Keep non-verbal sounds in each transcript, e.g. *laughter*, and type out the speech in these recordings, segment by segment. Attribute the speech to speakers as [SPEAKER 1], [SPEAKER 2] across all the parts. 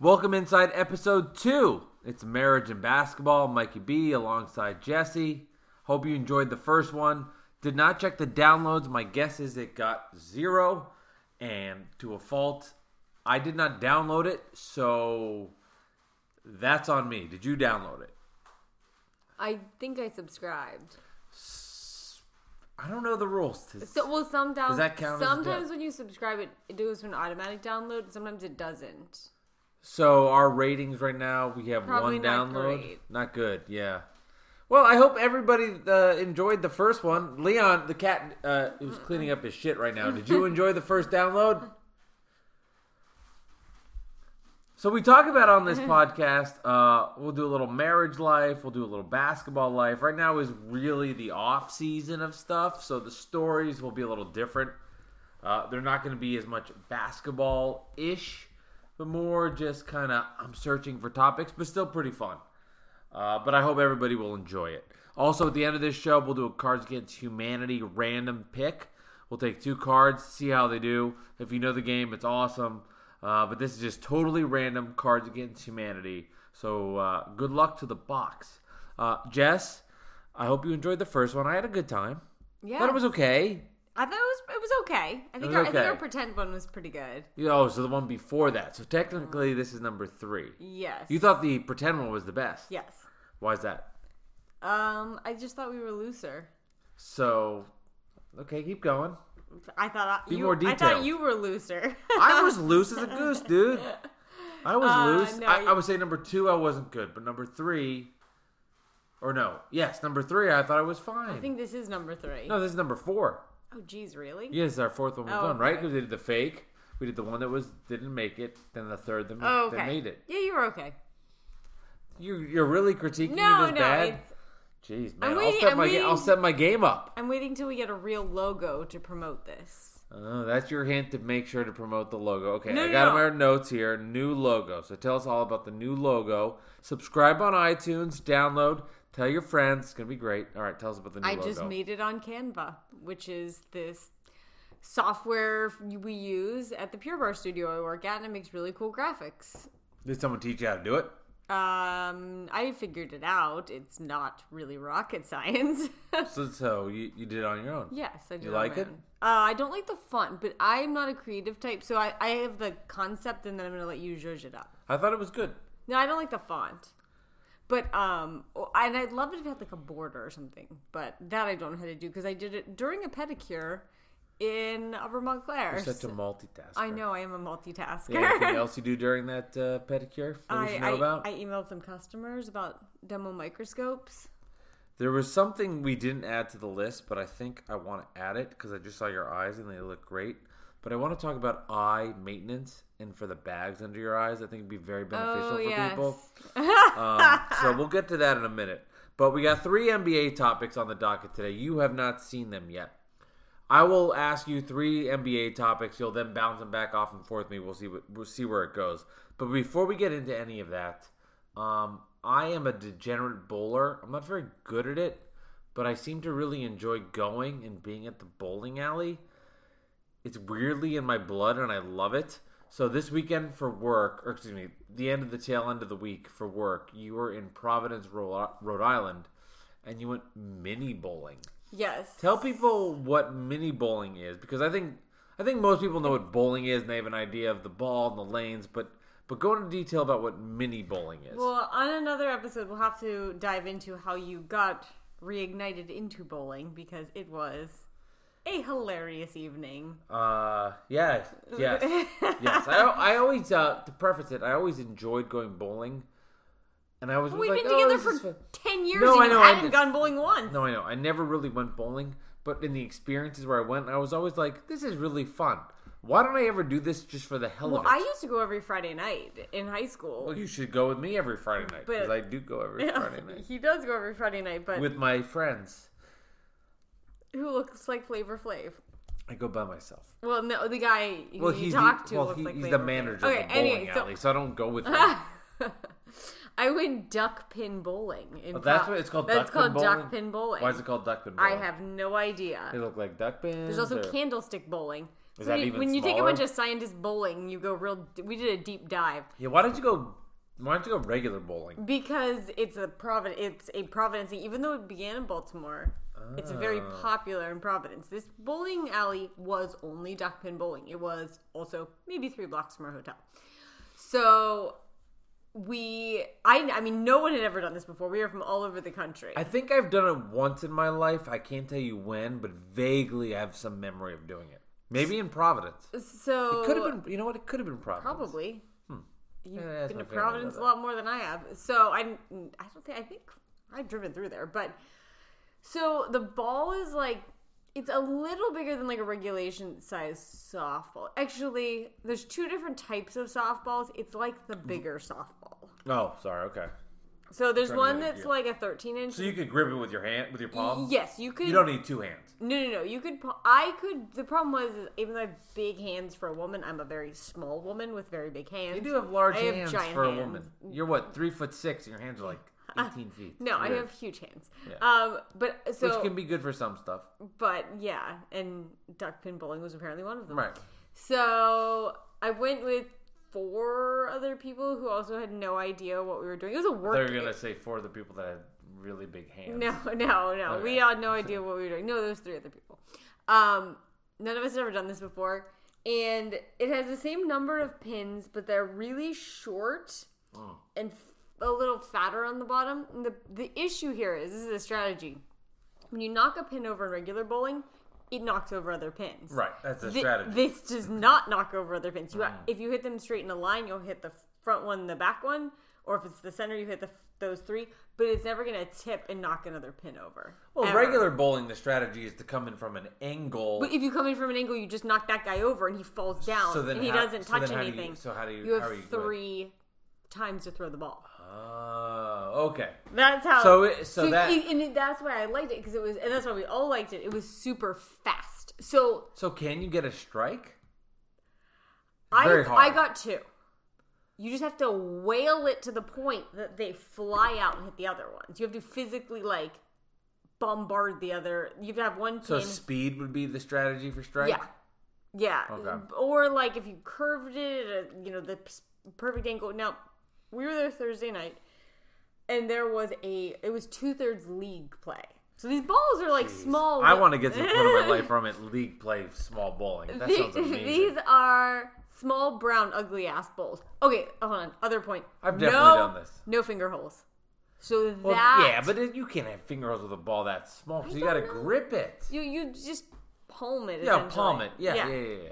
[SPEAKER 1] Welcome inside episode two. It's marriage and basketball. Mikey B alongside Jesse. Hope you enjoyed the first one. Did not check the downloads. My guess is it got zero, and to a fault, I did not download it. So that's on me. Did you download it?
[SPEAKER 2] I think I subscribed.
[SPEAKER 1] I don't know the rules.
[SPEAKER 2] So well, some down-
[SPEAKER 1] Does that count as a
[SPEAKER 2] Sometimes
[SPEAKER 1] download?
[SPEAKER 2] when you subscribe, it, it goes to an automatic download. Sometimes it doesn't.
[SPEAKER 1] So our ratings right now, we have
[SPEAKER 2] Probably
[SPEAKER 1] one
[SPEAKER 2] not
[SPEAKER 1] download.
[SPEAKER 2] great.
[SPEAKER 1] Not good. Yeah. Well, I hope everybody uh, enjoyed the first one. Leon, the cat, uh, who's cleaning up his shit right now. Did
[SPEAKER 2] *laughs*
[SPEAKER 1] you enjoy the first download? So we talk about on this podcast. Uh, we'll do a little marriage life. We'll do a little basketball life. Right now is really the off season of stuff, so the stories will be a little different. Uh, they're not going to be as much basketball ish, but more just kind of I'm searching for topics, but still pretty fun. Uh, but I hope everybody will enjoy it. Also, at the end of this show, we'll do a Cards Against Humanity random pick. We'll take two cards, see how they do. If you know the game, it's awesome. Uh, but this is just totally random Cards Against Humanity. So uh, good luck to the box. Uh, Jess, I hope you enjoyed the first one. I had a good time.
[SPEAKER 2] Yeah,
[SPEAKER 1] Thought it was okay.
[SPEAKER 2] I thought it was it was okay. I think
[SPEAKER 1] was
[SPEAKER 2] our, I think
[SPEAKER 1] okay.
[SPEAKER 2] our pretend one was pretty good.
[SPEAKER 1] Yeah, Oh, so the one before that. So technically, this is number three.
[SPEAKER 2] Yes.
[SPEAKER 1] You thought the pretend one was the best.
[SPEAKER 2] Yes.
[SPEAKER 1] Why is that?
[SPEAKER 2] Um, I just thought we were looser.
[SPEAKER 1] So, okay, keep going.
[SPEAKER 2] I thought I,
[SPEAKER 1] Be
[SPEAKER 2] you,
[SPEAKER 1] more
[SPEAKER 2] I thought
[SPEAKER 1] detailed.
[SPEAKER 2] you were looser. *laughs*
[SPEAKER 1] I was loose as a goose, dude. I was
[SPEAKER 2] Uh,
[SPEAKER 1] loose.
[SPEAKER 2] no,
[SPEAKER 1] I,
[SPEAKER 2] you-
[SPEAKER 1] I would say number two, I wasn't good, but number three, or no, yes, number three, I thought I was fine.
[SPEAKER 2] I think this is number three.
[SPEAKER 1] no, this is number four.
[SPEAKER 2] Oh, geez, really?
[SPEAKER 1] Yeah, this is our fourth one we've
[SPEAKER 2] Oh,
[SPEAKER 1] done, right?
[SPEAKER 2] okay.
[SPEAKER 1] Because we did the fake. We did the one that was didn't make it, then the third that,
[SPEAKER 2] Oh, okay.
[SPEAKER 1] that made it.
[SPEAKER 2] Yeah, you were okay.
[SPEAKER 1] You, you're really critiquing me
[SPEAKER 2] No,
[SPEAKER 1] this
[SPEAKER 2] no,
[SPEAKER 1] bad.
[SPEAKER 2] it's,
[SPEAKER 1] Jeez,
[SPEAKER 2] I'm
[SPEAKER 1] man, I'll
[SPEAKER 2] waiting-
[SPEAKER 1] set
[SPEAKER 2] I'm
[SPEAKER 1] my ga- I'll
[SPEAKER 2] waiting-
[SPEAKER 1] set my game up.
[SPEAKER 2] I'm waiting till we get a real logo to promote this.
[SPEAKER 1] Oh, that's your hint to make sure to promote the logo. Okay,
[SPEAKER 2] No,
[SPEAKER 1] I
[SPEAKER 2] no,
[SPEAKER 1] got
[SPEAKER 2] no.
[SPEAKER 1] our notes here. New logo. So tell us all about the new logo. Subscribe on iTunes, download, tell your friends. It's going to be great. All right, tell us about the new
[SPEAKER 2] I
[SPEAKER 1] logo.
[SPEAKER 2] just made it on Canva, which is this software we use at the Pure Bar studio I work at, and it makes really cool graphics.
[SPEAKER 1] Did someone teach you how to do it?
[SPEAKER 2] Um, I figured it out. It's not really rocket *laughs* science.
[SPEAKER 1] So, so you, you did it on your own.
[SPEAKER 2] yes, I do.
[SPEAKER 1] You like it?
[SPEAKER 2] Uh, I don't like the font, but I'm not a creative type, so I, I have the concept, and then I'm going to let you zhuzh it up.
[SPEAKER 1] I thought it was good.
[SPEAKER 2] No, I don't like the font. But um, oh, and I'd love it if it had like a border or something. But that I don't know how to do because I did it during a pedicure in Upper Montclair.
[SPEAKER 1] Such a
[SPEAKER 2] So-
[SPEAKER 1] multitasker.
[SPEAKER 2] I know I am a multitasker.
[SPEAKER 1] Yeah,
[SPEAKER 2] *laughs*
[SPEAKER 1] anything else you do during that uh, pedicure that we
[SPEAKER 2] I,
[SPEAKER 1] should know
[SPEAKER 2] I-
[SPEAKER 1] about?
[SPEAKER 2] I emailed some customers about demo microscopes.
[SPEAKER 1] There was something we didn't add to the list, but I think I want to add it because I just saw your eyes and they look great. But I want to talk about eye maintenance and for the bags under your eyes. I think it'd be very beneficial
[SPEAKER 2] Oh
[SPEAKER 1] for
[SPEAKER 2] yes.
[SPEAKER 1] people. Um, so we'll get to that in a minute. But we got three NBA topics on the docket today. You have not seen them yet. I will ask you three NBA topics. You'll then bounce them back off and forth. Me, we'll see what, we'll see where it goes. But before we get into any of that, um, I am a degenerate bowler. I'm not very good at it, but I seem to really enjoy going and being at the bowling alley it's weirdly in my blood and I love it. So this weekend for work, or excuse me, the end of the tail end of the week for work, you were in Providence, Rhode Rhode Island, and you went mini bowling.
[SPEAKER 2] Yes.
[SPEAKER 1] Tell people what mini bowling is because I think I think most people know what bowling is and they have an idea of the ball and the lanes, but but go into detail about what mini bowling is.
[SPEAKER 2] Well, on another episode, we'll have to dive into how you got reignited into bowling because it was a hilarious evening.
[SPEAKER 1] Uh,
[SPEAKER 2] *laughs*
[SPEAKER 1] yes, yes, yes. I, I always uh, to preface it, I always enjoyed going bowling, and I was
[SPEAKER 2] We've
[SPEAKER 1] like,
[SPEAKER 2] been
[SPEAKER 1] oh,
[SPEAKER 2] together
[SPEAKER 1] this is
[SPEAKER 2] for
[SPEAKER 1] fun."
[SPEAKER 2] ten years,
[SPEAKER 1] No,
[SPEAKER 2] and
[SPEAKER 1] I
[SPEAKER 2] you
[SPEAKER 1] know, I
[SPEAKER 2] hadn't
[SPEAKER 1] just-
[SPEAKER 2] gone bowling once.
[SPEAKER 1] No, I know. I never really went bowling, but in the experiences where I went, I was always like, this is really fun. Why don't I ever do this just for the hell
[SPEAKER 2] well,
[SPEAKER 1] of it?
[SPEAKER 2] I used to go every Friday night in high school. *laughs*
[SPEAKER 1] well, you should go with me every Friday night because
[SPEAKER 2] But-
[SPEAKER 1] I do go
[SPEAKER 2] *laughs*
[SPEAKER 1] every Friday night
[SPEAKER 2] he does go every Friday night, but
[SPEAKER 1] with my friends.
[SPEAKER 2] who looks like Flavor Flav?
[SPEAKER 1] I go by myself.
[SPEAKER 2] Well, no, the guy who
[SPEAKER 1] Well,
[SPEAKER 2] you
[SPEAKER 1] he's
[SPEAKER 2] talk
[SPEAKER 1] the,
[SPEAKER 2] to
[SPEAKER 1] well,
[SPEAKER 2] looks
[SPEAKER 1] he-
[SPEAKER 2] like
[SPEAKER 1] he's the
[SPEAKER 2] Flavor Flav.
[SPEAKER 1] manager of the bowling
[SPEAKER 2] anyway,
[SPEAKER 1] alley, so I don't go
[SPEAKER 2] *laughs*
[SPEAKER 1] with him.
[SPEAKER 2] So, I went duck pin bowling. In
[SPEAKER 1] Oh, that's
[SPEAKER 2] Pro-
[SPEAKER 1] what it's called.
[SPEAKER 2] That's
[SPEAKER 1] duck
[SPEAKER 2] called
[SPEAKER 1] pin
[SPEAKER 2] duck pin bowling.
[SPEAKER 1] Why is it called duck pin
[SPEAKER 2] I
[SPEAKER 1] bowling?
[SPEAKER 2] have no idea.
[SPEAKER 1] They look like duck pins.
[SPEAKER 2] There's also
[SPEAKER 1] or-
[SPEAKER 2] candlestick bowling.
[SPEAKER 1] Is
[SPEAKER 2] So
[SPEAKER 1] that
[SPEAKER 2] you-
[SPEAKER 1] even
[SPEAKER 2] when you take a
[SPEAKER 1] smaller?
[SPEAKER 2] bunch of scientists bowling, you go real. We did a deep dive
[SPEAKER 1] Yeah, why don't you go? Why don't you go regular bowling?
[SPEAKER 2] because it's a Providence. It's a Providence. thing. Even though it began in Baltimore, it's very
[SPEAKER 1] Ah.
[SPEAKER 2] popular in Providence. This bowling alley was only duckpin bowling. It was also maybe three blocks from our hotel. So we, I, I mean, no one had ever done this before. We were from all over the country.
[SPEAKER 1] I think I've done it once in my life. I can't tell you when, but vaguely I have some memory of doing it. Maybe in Providence.
[SPEAKER 2] so
[SPEAKER 1] Could have been. You know what? It could have been Providence.
[SPEAKER 2] Probably. You've
[SPEAKER 1] Yeah, that's
[SPEAKER 2] been
[SPEAKER 1] my
[SPEAKER 2] to
[SPEAKER 1] family
[SPEAKER 2] Providence
[SPEAKER 1] does
[SPEAKER 2] a
[SPEAKER 1] that.
[SPEAKER 2] lot more than I have. So I, I don't think I think I've driven through there, but so the ball is like it's a little bigger than like a regulation size softball. Actually, there's two different types of softballs. It's like
[SPEAKER 1] Mm-hmm.
[SPEAKER 2] the bigger softball.
[SPEAKER 1] Oh, sorry. Okay.
[SPEAKER 2] So there's
[SPEAKER 1] Trying to
[SPEAKER 2] one
[SPEAKER 1] get a
[SPEAKER 2] that's
[SPEAKER 1] grip.
[SPEAKER 2] like a 13 inch.
[SPEAKER 1] So you could grip it with your hand, with your palm.
[SPEAKER 2] yes, you could.
[SPEAKER 1] You don't need two hands.
[SPEAKER 2] No, no, no. You could. pu- I could. The problem was, is even though I have big hands for a woman, I'm a very small woman with very big hands.
[SPEAKER 1] You do have large
[SPEAKER 2] I have
[SPEAKER 1] hands
[SPEAKER 2] giant
[SPEAKER 1] for a
[SPEAKER 2] hands.
[SPEAKER 1] woman. You're what? Three foot six, and your hands are like eighteen feet.
[SPEAKER 2] No, I
[SPEAKER 1] Weird.
[SPEAKER 2] have huge hands.
[SPEAKER 1] Yeah.
[SPEAKER 2] Um, but so,
[SPEAKER 1] Which can be good for some stuff,
[SPEAKER 2] but yeah, and duckpin bowling was apparently one of them.
[SPEAKER 1] right?
[SPEAKER 2] So I went with four other people who also had no idea what we were doing. It was a work.
[SPEAKER 1] They're gonna say for the people that have really big hands.
[SPEAKER 2] No, *laughs* no, no. We
[SPEAKER 1] Okay.
[SPEAKER 2] had no idea what we were doing. No, there was three other people. Um, none of us had ever done this before, and it has the same number of pins, but they're really short
[SPEAKER 1] Mm.
[SPEAKER 2] and f- a little fatter on the bottom. And the the issue here is this is a strategy. When you knock a pin over in regular bowling, it knocks over other pins.
[SPEAKER 1] Right. That's a
[SPEAKER 2] Thi-
[SPEAKER 1] strategy. Mm.
[SPEAKER 2] This does not knock over other pins. You ha- if you hit them straight in a line, you'll hit the front one, and the back one, or if it's the center, you hit the, those three. But it's never going to tip and knock another pin over.
[SPEAKER 1] well,
[SPEAKER 2] Ever.
[SPEAKER 1] regular bowling, the strategy is to come in from an angle.
[SPEAKER 2] But if you come in from an angle, you just knock that guy over and he falls down
[SPEAKER 1] So then
[SPEAKER 2] and he
[SPEAKER 1] how-
[SPEAKER 2] doesn't
[SPEAKER 1] so
[SPEAKER 2] touch
[SPEAKER 1] then how do you-
[SPEAKER 2] anything.
[SPEAKER 1] so how do you-
[SPEAKER 2] You have
[SPEAKER 1] how are you good?
[SPEAKER 2] three times to throw the ball.
[SPEAKER 1] Oh, okay.
[SPEAKER 2] That's how.
[SPEAKER 1] So it- so that-
[SPEAKER 2] it- and it- that's why I liked it because it was, and that's why we all liked it. It was super fast. So
[SPEAKER 1] So can you get a strike?
[SPEAKER 2] I,
[SPEAKER 1] Very
[SPEAKER 2] I
[SPEAKER 1] hard.
[SPEAKER 2] got two. You just have to whale it to the point that they fly out and hit the other ones. You have to physically like bombard the other. You have to have one pin.
[SPEAKER 1] So speed would be the strategy for strike.
[SPEAKER 2] yeah, yeah.
[SPEAKER 1] Okay.
[SPEAKER 2] Or like if you curved it, at a, you know the s- perfect angle. Now we were there Thursday night, and there was a it was two thirds league play. So these balls are like small.
[SPEAKER 1] I want to get to the point of my
[SPEAKER 2] *laughs*
[SPEAKER 1] life where I'm at league play small bowling. That sounds amazing.
[SPEAKER 2] These are small, brown, ugly ass bowls. Okay, hold on. Other point.
[SPEAKER 1] I've definitely
[SPEAKER 2] no,
[SPEAKER 1] done this.
[SPEAKER 2] No finger holes. So
[SPEAKER 1] Well,
[SPEAKER 2] that
[SPEAKER 1] yeah, but it, you can't have finger holes with a ball that small. 'cause you got to
[SPEAKER 2] don't know.
[SPEAKER 1] grip it.
[SPEAKER 2] you you just palm it.
[SPEAKER 1] Yeah,
[SPEAKER 2] essentially.
[SPEAKER 1] palm it. Yeah, yeah, yeah. yeah, yeah.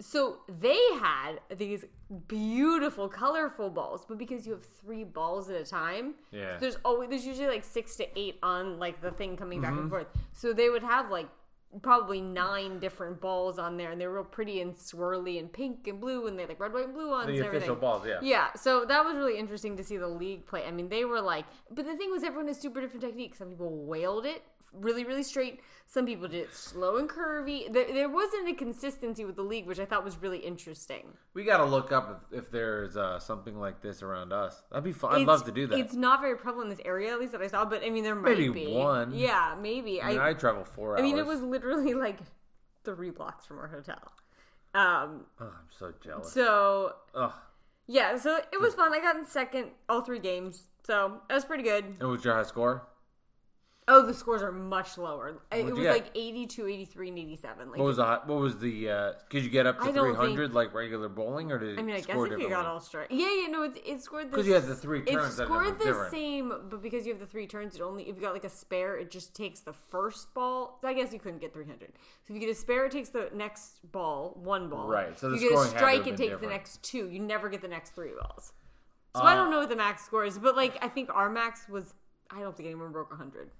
[SPEAKER 2] So they had these beautiful, colorful balls, but because you have three balls at a time,
[SPEAKER 1] Yeah.
[SPEAKER 2] there's always there's usually like six to eight on like the thing coming back
[SPEAKER 1] Mm-hmm.
[SPEAKER 2] and forth. So they would have like probably nine different balls on there, and they were real pretty and swirly and pink and blue, and they had like red, white, and blue ones.
[SPEAKER 1] The
[SPEAKER 2] and
[SPEAKER 1] official
[SPEAKER 2] everything.
[SPEAKER 1] balls, yeah.
[SPEAKER 2] Yeah, so that was really interesting to see the league play. I mean, they were like, but the thing was, everyone has super different techniques. Some people wailed it really, really straight. Some people did it slow and curvy. There, there wasn't a consistency with the league, which I thought was really interesting.
[SPEAKER 1] We got to look up if, if there's uh, something like this around us. That'd be fun. I'd love
[SPEAKER 2] It's-
[SPEAKER 1] to do that.
[SPEAKER 2] It's not very prevalent in this area, at least that I saw. But I mean, there might
[SPEAKER 1] Maybe
[SPEAKER 2] be
[SPEAKER 1] one.
[SPEAKER 2] Yeah, maybe.
[SPEAKER 1] I, mean,
[SPEAKER 2] I,
[SPEAKER 1] I travel four
[SPEAKER 2] I
[SPEAKER 1] hours.
[SPEAKER 2] mean, it was literally like three blocks from our hotel. Um,
[SPEAKER 1] Oh, I'm so jealous.
[SPEAKER 2] so
[SPEAKER 1] Ugh.
[SPEAKER 2] yeah, so it
[SPEAKER 1] Hmm.
[SPEAKER 2] was fun. I got in second all three games, so that was pretty good.
[SPEAKER 1] And what's your high score?
[SPEAKER 2] Oh, the scores are much lower. It
[SPEAKER 1] you
[SPEAKER 2] was
[SPEAKER 1] get?
[SPEAKER 2] like 82, 83, and 87. Like,
[SPEAKER 1] What was the hi- what was the uh, could you get up to
[SPEAKER 2] I don't
[SPEAKER 1] 300 like regular bowling or did it
[SPEAKER 2] I mean, I guess
[SPEAKER 1] score
[SPEAKER 2] if you got all straight. Yeah, yeah, no, it, it scored the
[SPEAKER 1] because you had the three
[SPEAKER 2] it
[SPEAKER 1] turns that it was
[SPEAKER 2] scored the
[SPEAKER 1] different.
[SPEAKER 2] same, but because you have the three turns, it only if you got like a spare, it just takes the first ball. I guess you couldn't get 300. So if you get a spare, it takes the next ball, one ball.
[SPEAKER 1] Right, so the
[SPEAKER 2] if you get a
[SPEAKER 1] scoring had to
[SPEAKER 2] strike,
[SPEAKER 1] have
[SPEAKER 2] it
[SPEAKER 1] been
[SPEAKER 2] takes the
[SPEAKER 1] different. Uh,
[SPEAKER 2] next two. You never get the next three balls. So I don't know what the max score is, but like I think our max was. I don't think anyone broke 100.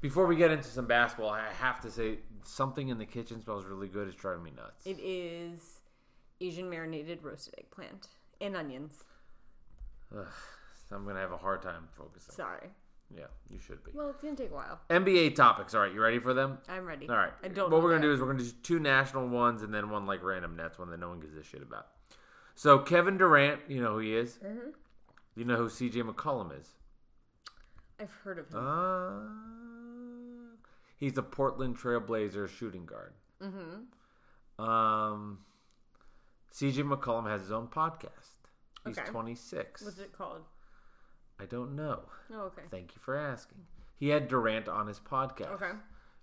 [SPEAKER 1] Before we get into some basketball, I have to say something in the kitchen smells really good. It's driving me nuts.
[SPEAKER 2] It is Asian marinated roasted eggplant and onions.
[SPEAKER 1] So I'm gonna have a hard time focusing.
[SPEAKER 2] Sorry.
[SPEAKER 1] Yeah, you should be.
[SPEAKER 2] Well, it's gonna take a while.
[SPEAKER 1] NBA topics. All right, you ready for them?
[SPEAKER 2] I'm ready.
[SPEAKER 1] All right.
[SPEAKER 2] I don't.
[SPEAKER 1] What we're gonna do is we're gonna do two national ones and then one like random Nets one that no one gives a shit about. So Kevin Durant, you know who he is. Mm-hmm. You know who C.J. McCollum is.
[SPEAKER 2] I've heard of him. Mm-hmm.
[SPEAKER 1] Uh, he's a Portland Trailblazer shooting guard.
[SPEAKER 2] Mm-hmm.
[SPEAKER 1] Um, CJ McCollum has his own podcast. He's
[SPEAKER 2] Okay.
[SPEAKER 1] 26.
[SPEAKER 2] What's it called?
[SPEAKER 1] I don't know.
[SPEAKER 2] Oh, okay.
[SPEAKER 1] Thank you for asking. He had Durant on his podcast.
[SPEAKER 2] Okay.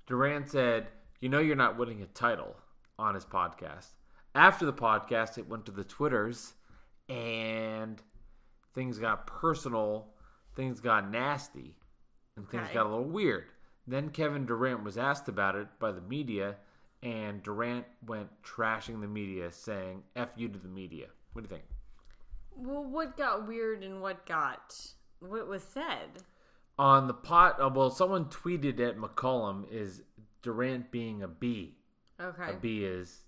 [SPEAKER 1] Durant said, You know, you're not winning a title on his podcast. After the podcast, it went to the Twitters and things got personal, things got nasty, and things
[SPEAKER 2] Okay.
[SPEAKER 1] got a little weird. Then Kevin Durant was asked about it by the media, and Durant went trashing the media, saying, F you to the media. What do you think?
[SPEAKER 2] Well, what got weird and what got what was said?
[SPEAKER 1] On the pot, uh, well, someone tweeted at McCollum, is Durant being a B?
[SPEAKER 2] Okay.
[SPEAKER 1] A B is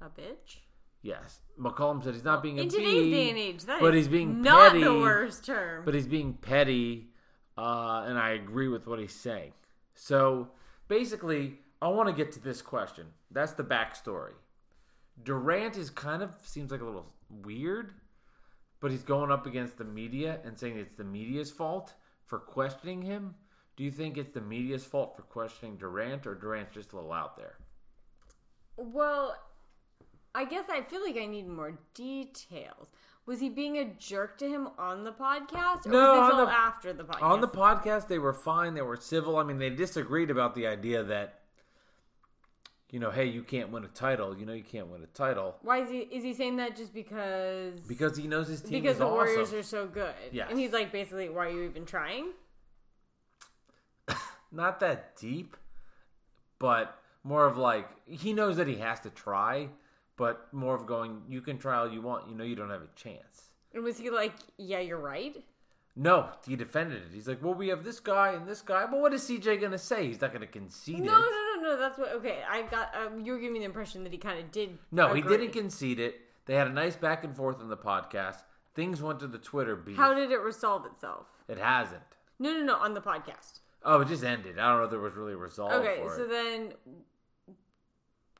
[SPEAKER 2] A bitch.
[SPEAKER 1] Yes, McCollum said he's not being a
[SPEAKER 2] In
[SPEAKER 1] bee,
[SPEAKER 2] today's day and age, that is
[SPEAKER 1] but he's being
[SPEAKER 2] not
[SPEAKER 1] petty.
[SPEAKER 2] the worst term.
[SPEAKER 1] But he's being petty, uh, and I agree with what he's saying. So basically, I want to get to this question. That's the backstory. Durant is kind of seems like a little weird, but he's going up against the media and saying it's the media's fault for questioning him. Do you think it's the media's fault for questioning Durant, or Durant's just a little out there?
[SPEAKER 2] well, I guess I feel like I need more details. Was he being a jerk to him on the podcast, or
[SPEAKER 1] No,
[SPEAKER 2] was
[SPEAKER 1] on
[SPEAKER 2] this all
[SPEAKER 1] the-
[SPEAKER 2] after the podcast?
[SPEAKER 1] On the podcast, they were fine. They were civil. I mean, they disagreed about the idea that, you know, hey, you can't win a title. You know, you can't win a title
[SPEAKER 2] Why is he is he saying that just because
[SPEAKER 1] because he knows his team
[SPEAKER 2] because
[SPEAKER 1] is
[SPEAKER 2] the Warriors
[SPEAKER 1] awesome.
[SPEAKER 2] are so good?
[SPEAKER 1] Yes.
[SPEAKER 2] And he's like, basically, why are you even trying?
[SPEAKER 1] Not that deep, but more of like he knows that he has to try, but more of going, you can try all you want. You know, you don't have a chance.
[SPEAKER 2] And was he like, yeah, you're right?
[SPEAKER 1] No, he defended it. He's like, well, we have this guy and this guy, but what is CJ going to say? He's not going to concede
[SPEAKER 2] No,
[SPEAKER 1] it.
[SPEAKER 2] no, no, no. That's what. Okay, I got. Um, you were giving me the impression that he kind of did.
[SPEAKER 1] No, he
[SPEAKER 2] agree.
[SPEAKER 1] didn't concede it. They had a nice back and forth on the podcast. Things went to the Twitter beef.
[SPEAKER 2] How did it resolve itself?
[SPEAKER 1] it hasn't.
[SPEAKER 2] No, no, no. On the podcast.
[SPEAKER 1] Oh, it just ended. I don't know if there was really a resolve
[SPEAKER 2] Okay,
[SPEAKER 1] for
[SPEAKER 2] so
[SPEAKER 1] it.
[SPEAKER 2] then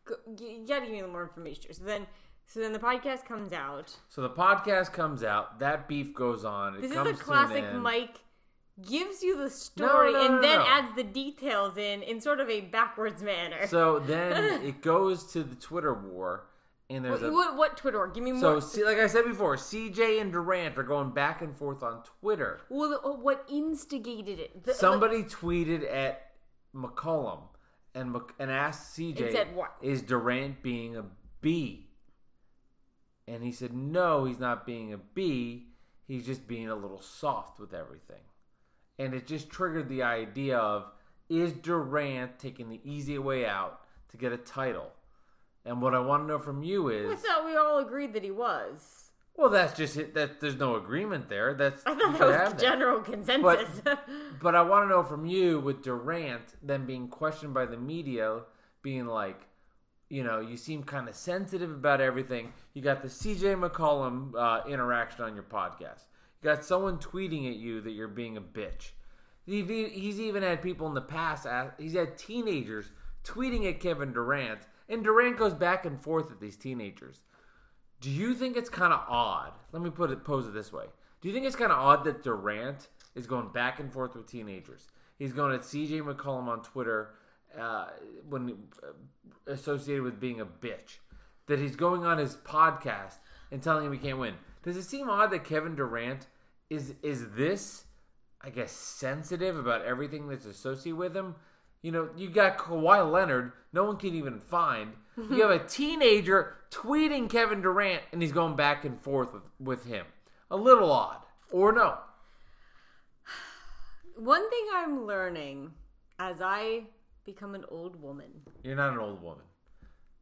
[SPEAKER 2] go- you gotta give me more information. So then, so then the podcast comes out.
[SPEAKER 1] so the podcast comes out. That beef goes on. It
[SPEAKER 2] This
[SPEAKER 1] comes to
[SPEAKER 2] is a
[SPEAKER 1] an
[SPEAKER 2] classic.
[SPEAKER 1] end.
[SPEAKER 2] Mike gives you the story
[SPEAKER 1] no,
[SPEAKER 2] and
[SPEAKER 1] no,
[SPEAKER 2] then
[SPEAKER 1] no.
[SPEAKER 2] adds the details in in sort of a backwards manner. *laughs*
[SPEAKER 1] So then it goes to the Twitter war, and there's a
[SPEAKER 2] what, what Twitter? Give me
[SPEAKER 1] so
[SPEAKER 2] more.
[SPEAKER 1] see, like I said before, CJ and Durant are going back and forth on Twitter.
[SPEAKER 2] well, the- oh, what instigated it? The-
[SPEAKER 1] Somebody tweeted at McCollum and Mc- and asked CJ,
[SPEAKER 2] And said what?
[SPEAKER 1] "Is Durant being a B?" And he said, "No, he's not being a B. He's just being a little soft with everything." And it just triggered the idea of is Durant taking the easy way out to get a title? And what I want to know from you
[SPEAKER 2] I
[SPEAKER 1] is,
[SPEAKER 2] thought we all agreed that he was.
[SPEAKER 1] well, that's just it. That there's no agreement there. That's
[SPEAKER 2] I
[SPEAKER 1] you
[SPEAKER 2] thought
[SPEAKER 1] could
[SPEAKER 2] that was
[SPEAKER 1] have
[SPEAKER 2] the general consensus. *laughs*
[SPEAKER 1] But I want to know from you with Durant then being questioned by the media, being like, you know, you seem kind of sensitive about everything. You got the CJ McCollum uh, interaction on your podcast. You got someone tweeting at you that you're being a bitch. He- he- He's even had people in the past. ask- He's had teenagers tweeting at Kevin Durant, and Durant goes back and forth with these teenagers. Do you think it's kind of odd? Let me put it pose it this way. Do you think it's kind of odd that Durant is going back and forth with teenagers? He's going at CJ McCollum on Twitter uh, when uh, associated with being a bitch. That he's going on his podcast and telling him he can't win. Does it seem odd that Kevin Durant is is this I guess sensitive about everything that's associated with him. You know, you got Kawhi Leonard, no one can even find. You
[SPEAKER 2] *laughs*
[SPEAKER 1] have a teenager tweeting Kevin Durant, and he's going back and forth with, with him. A little odd, or no?
[SPEAKER 2] One thing I'm learning as I become an old woman,
[SPEAKER 1] You're not an old woman.